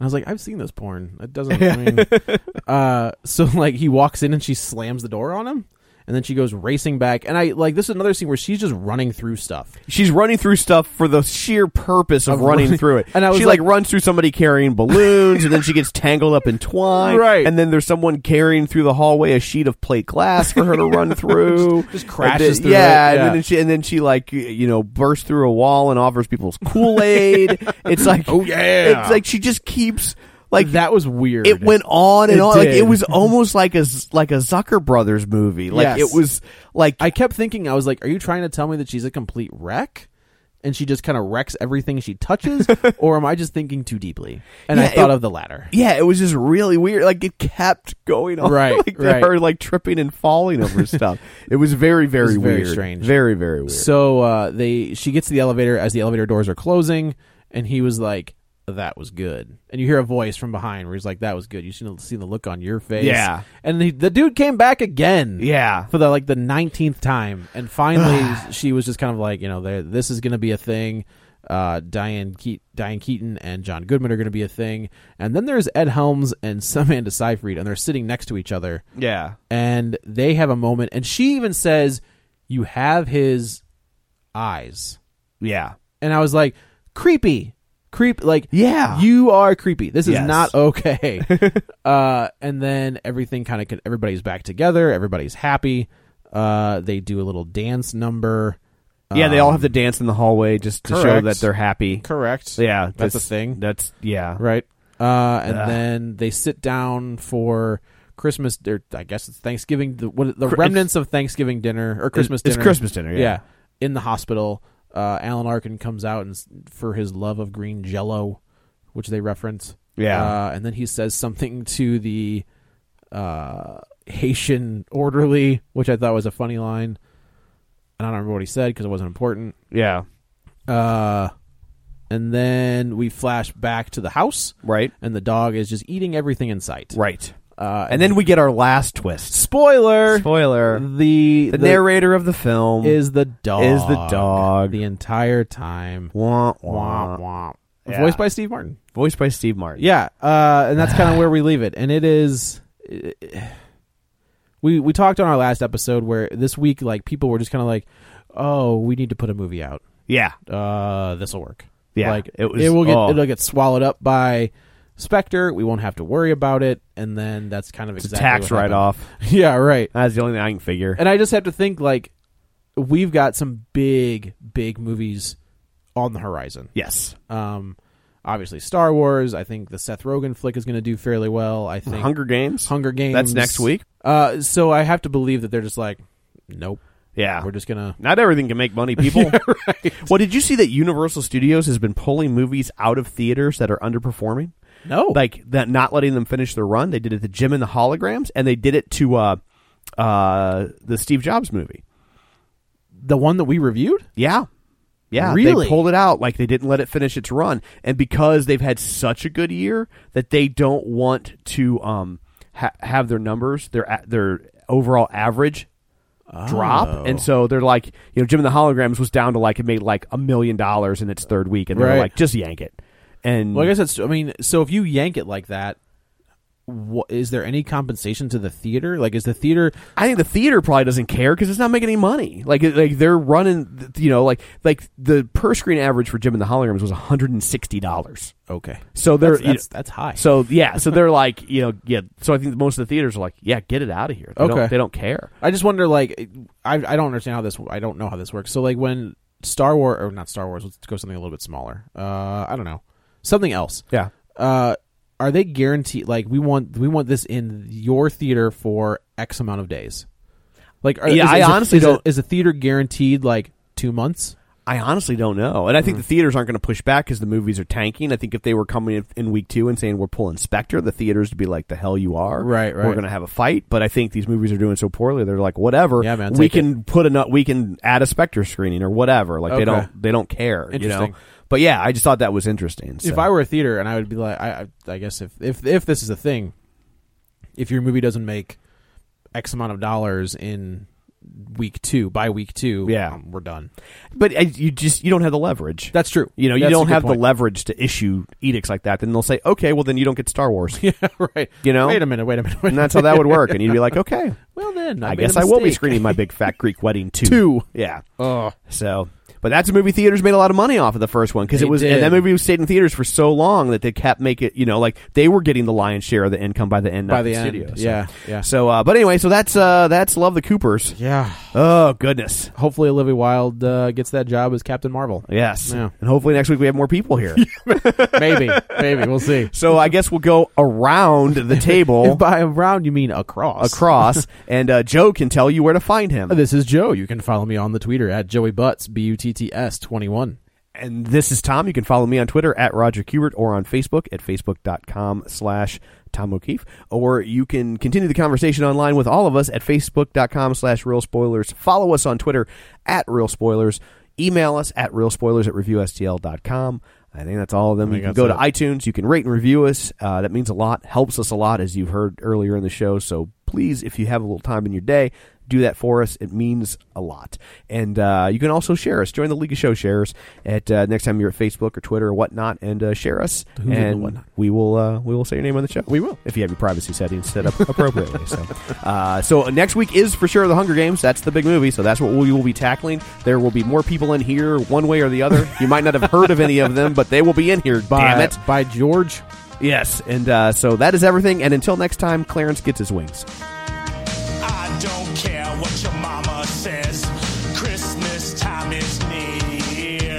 F: And I was like, "I've seen this porn. It doesn't I mean, uh so like he walks in and she slams the door on him and then she goes racing back and I like this is another scene where she's just running through stuff.
E: She's running through stuff for the sheer purpose of
F: Of
E: running
F: running-
E: through it.
F: And I was
E: she like,
F: like-
E: runs through somebody carrying balloons, and then she gets tangled up in twine.
F: Right.
E: And then there's someone carrying through the hallway a sheet of plate glass for her to run through.
F: Just- just crashes
E: And then-
F: through
E: yeah,
F: it, yeah.
E: And then she and then she like y- you know bursts through a wall and offers people's Kool Aid. it's like
F: Oh, yeah.
E: It's like she just keeps like
F: that was weird.
E: it went on and
F: It
E: on. Like it
F: did.
E: was almost like a Z- like a Zucker Brothers movie. Like
F: Yes.
E: it was like
F: I kept thinking, I was like, are you trying to tell me that she's a complete wreck? And she just kind of wrecks everything she touches? or am I just thinking too deeply? And I
E: Yeah,
F: thought
E: it-
F: of the latter.
E: yeah, it was just really weird. Like it kept going on,
F: Right,
E: Like
F: right.
E: her like tripping and falling over stuff. It was very, very
F: was very
E: weird,
F: strange.
E: very, very weird.
F: So uh, they she gets to the elevator as the elevator doors are closing, and he was like, that was good. And you hear a voice from behind where he's like, that was good. You should have seen the look on your face.
E: Yeah.
F: And he, the dude came back again.
E: yeah,
F: for the like the nineteenth time, and finally she was just kind of like, you know, there- this is going to be a thing. Uh, Diane Keat- Diane Keaton and John Goodman are going to be a thing, and then there's Ed Helms and Samantha Seyfried, and they're sitting next to each other,
E: yeah,
F: and they have a moment, and she even says, "You have his eyes,"
E: yeah,
F: and I was like, "Creepy, creep, like
E: Yeah.
F: you are creepy. This is
E: Yes.
F: not okay." uh, and then everything kind of everybody's back together. Everybody's happy. Uh, they do a little dance number. Um,
E: yeah. They all have to dance in the hallway just to show
F: correct.
E: that they're happy.
F: Correct.
E: Yeah,
F: That's a thing.
E: That's yeah,
F: Right. Uh, and
E: Ugh.
F: then they sit down for Christmas. Or I guess it's Thanksgiving. The, what, the
E: Cr-
F: remnants of Thanksgiving dinner or Christmas
E: it's
F: dinner.
E: Christmas dinner, yeah.
F: In the hospital, uh, Alan Arkin comes out and s- for his love of green Jello, which they reference.
E: Yeah.
F: Uh, and then he says something to the uh, Haitian orderly, which I thought was a funny line. And I don't remember what he said because it wasn't important.
E: yeah,
F: Uh, and then we flash back to the house
E: right,
F: and the dog is just eating everything in sight.
E: right.
F: Uh,
E: And then we get our last twist.
F: spoiler,
E: Spoiler: the,
F: the, the
E: narrator of the film
F: is the dog
E: is the dog.
F: the entire time.
E: Wah, wah.
F: Womp womp.
E: Yeah.
F: Voiced by Steve Martin.
E: voiced by Steve Martin.
F: Yeah, uh, and that's kind of where we leave it. And it is. We we talked on our last episode where this week like people were just kind of like, oh, we need to put a movie out.
E: yeah,
F: Uh, this will work.
E: Yeah,
F: like
E: it
F: it,
E: was-
F: will get
E: oh.
F: it'll get swallowed up by Spectre. We won't have to worry about it, and then that's kind of
E: It's
F: exactly
E: a tax
F: what
E: write
F: happened.
E: off.
F: Yeah, right.
E: That's the only thing I can figure.
F: And I just have to think like we've got some big, big movies on the horizon.
E: Yes,
F: Um, obviously Star Wars. I think the Seth Rogen flick is going to do fairly well. I think
E: Hunger Games.
F: Hunger Games.
E: That's next week.
F: Uh, so I have to believe that they're just like, nope,
E: Yeah,
F: we're just gonna.
E: Not everything can make money, people. Well, did you see that Universal Studios has been pulling movies out of theaters that are underperforming?
F: No,
E: Like that, not letting them finish their run. They did it to Jim and the Holograms, and they did it to uh, uh, the Steve Jobs movie.
F: the one that we reviewed.
E: Yeah. Yeah,
F: Really?
E: they pulled it out like they didn't let it finish its run, and because they've had such a good year that they don't want to um, ha- have their numbers, their a- their overall average
F: Oh.
E: drop, and so they're like, you know, Jim and the Holograms was down to like it made like a million dollars in its third week, and they're
F: Right.
E: like, just yank it, and
F: Well, I guess that's. I mean, so if you yank it like that, what is there any compensation to the theater? Like, is the theater
E: I think the theater probably doesn't care because it's not making any money. Like like they're running, th- you know, like like the per screen average for Jim and the Holograms was one hundred and sixty dollars.
F: okay?
E: So they're
F: That's that's, that's high.
E: So yeah, so they're like, you know, yeah. So I think most of the theaters are like, yeah, get it out of here. They
F: Okay.
E: don't, they don't care.
F: I just wonder, like, I, I don't understand how this. I don't know how this works. So, like, when Star Wars or not Star Wars, let's go something a little bit smaller. Uh, I don't know, something else.
E: Yeah,
F: Uh, are they guaranteed? Like, we want we want this in your theater for X amount of days. Like, are,
E: Yeah,
F: is,
E: I
F: is a-
E: honestly
F: is a-
E: don't-
F: is a theater guaranteed like two months?
E: I honestly don't know, and I
F: Hmm.
E: think the theaters aren't going to push back because the movies are tanking. I think if they were coming in, in week two and saying we're pulling Spectre, the theaters would be like, the hell you are,
F: Right, right.
E: We're going to have a fight. But I think these movies are doing so poorly, they're like, whatever.
F: Yeah, man,
E: we
F: take
E: can put a we can add a Spectre screening or whatever. Like they
F: Okay.
E: don't they don't care, you know.
F: Interesting.
E: But yeah, I just thought that was interesting. So.
F: If I were a theater and I would be like, I, I, I guess if, if if this is a thing, if your movie doesn't make X amount of dollars in week two, by week two,
E: Yeah.
F: um, we're done.
E: But uh, you just you don't have the leverage.
F: That's true.
E: you know, you
F: That's a
E: don't
F: good
E: have
F: point.
E: the leverage to issue edicts like that. Then they'll say, okay, well then you don't get Star Wars.
F: right.
E: You know?
F: wait a minute, wait a minute. Wait
E: and
F: a minute.
E: that's how that would work. And you'd be like, okay,
F: Well, then I,
E: I,
F: made a
E: guess I will be
F: mistake.
E: screening my big fat Greek wedding too.
F: Two. Oh,
E: Yeah.
F: Ugh.
E: So, but that's movie theaters made a lot of money off of the first one because
F: They
E: it was,
F: did.
E: and that movie stayed in theaters for so long that they kept make it. You know, like they were getting the lion's share of the income by the end.
F: by
E: not
F: the, end.
E: studio. So.
F: Yeah, yeah,
E: So, uh, but anyway, so that's uh, that's Love the Coopers.
F: yeah.
E: Oh goodness,
F: Hopefully, Olivia Wilde uh, gets that job as Captain Marvel.
E: yes.
F: Yeah.
E: And hopefully next week we have more people here.
F: maybe, maybe we'll see.
E: so I guess we'll go around the table
F: If by around you mean across.
E: across, and uh, Joe can tell you where to find him.
F: This is Joe. You can follow me on the Twitter at Joey Butts B U T T S twenty one.
E: And this is Tom. You can follow me on Twitter at Roger Kubert or on Facebook at facebook.com slash Tom O'Keefe. Or you can continue the conversation online with all of us at facebook.com slash real spoilers. Follow us on Twitter at real spoilers. Email us at real spoilers at reviewstl.com. I think that's all of them. You can go to iTunes. You can rate and review us. Uh, that means a lot, helps us a lot, as you heard earlier in the show. So please, if you have a little time in your day, do that for us. It means a lot. And uh, you can also share us. Join the League of Show Sharers at uh, next time you're at Facebook or Twitter or whatnot, and uh, share us.
F: did
E: and
F: and whatnot.
E: we will uh, we will say your name on the show.
F: We will.
E: if you have your privacy settings set up appropriately. So, uh, so next week is for sure the Hunger Games. That's the big movie. So that's what we will be tackling. There will be more people in here, one way or the other. You might not have heard of any of them, but they will be in here.
F: By,
E: damn it!
F: By George.
E: Yes, and uh, so that is everything. And until next time, Clarence gets his wings.
D: I don't care what your mama says. Christmas time is near.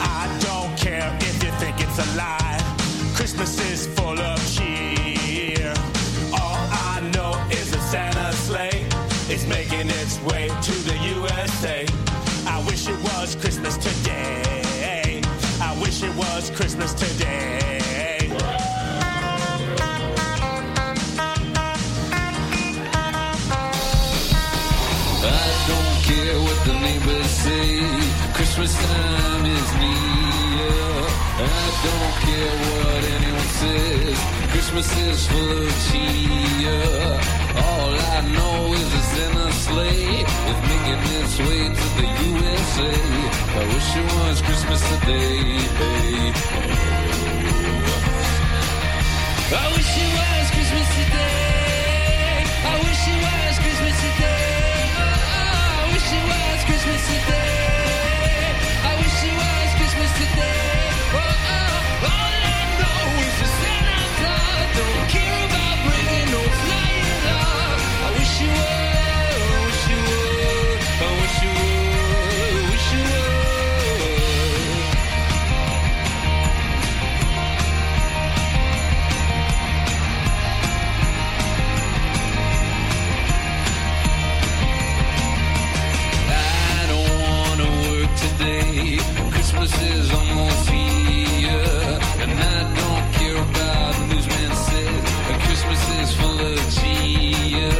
D: I don't care if you think it's a lie. Christmas is full of cheer. All I know is that Santa's sleigh is making its way to the USA. I wish it was Christmas today. I wish it was Christmas today.
G: I don't care what the neighbors say. Christmas time is near. I don't care what anyone says. Christmas is full of cheer. All I know is it's in a sleigh. It's making its way to the USA. I wish it was Christmas today. I wish it was Christmas today. I wish it was Christmas today. I wish it was Christmas today. I wish it was Christmas today. Oh, oh, all I know is the Santa Claus don't care about breaking no flying laws. I wish it was, I wish it was, I wish it was, I wish it was. I don't wanna work today. Christmas is almost here, and I don't care about newsman said. Christmas is full of cheer.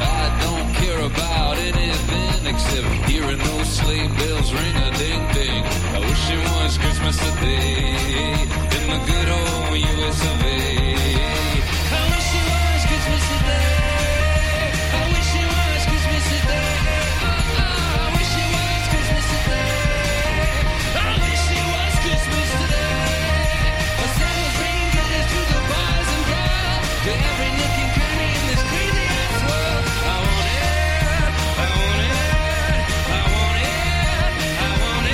G: I don't care about anything except hearing those sleigh bells ring a ding ding. I wish it was Christmas today in the good old U.S. of A. I wish it was Christmas today. I wish it was Christmas today. I wish it was Christmas today. I wish it was Christmas today. A Santa's bringing goodies to the boys and girls, to every nook and cranny in this crazy ass world. I want it. I want it. I want it. I want it.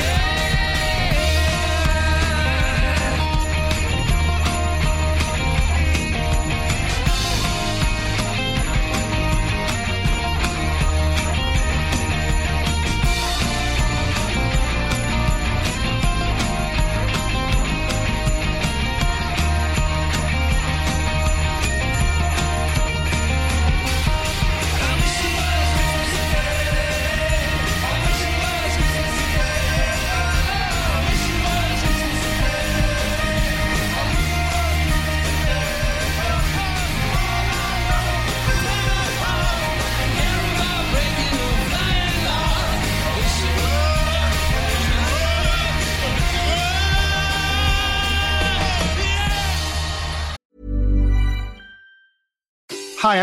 H: Hi,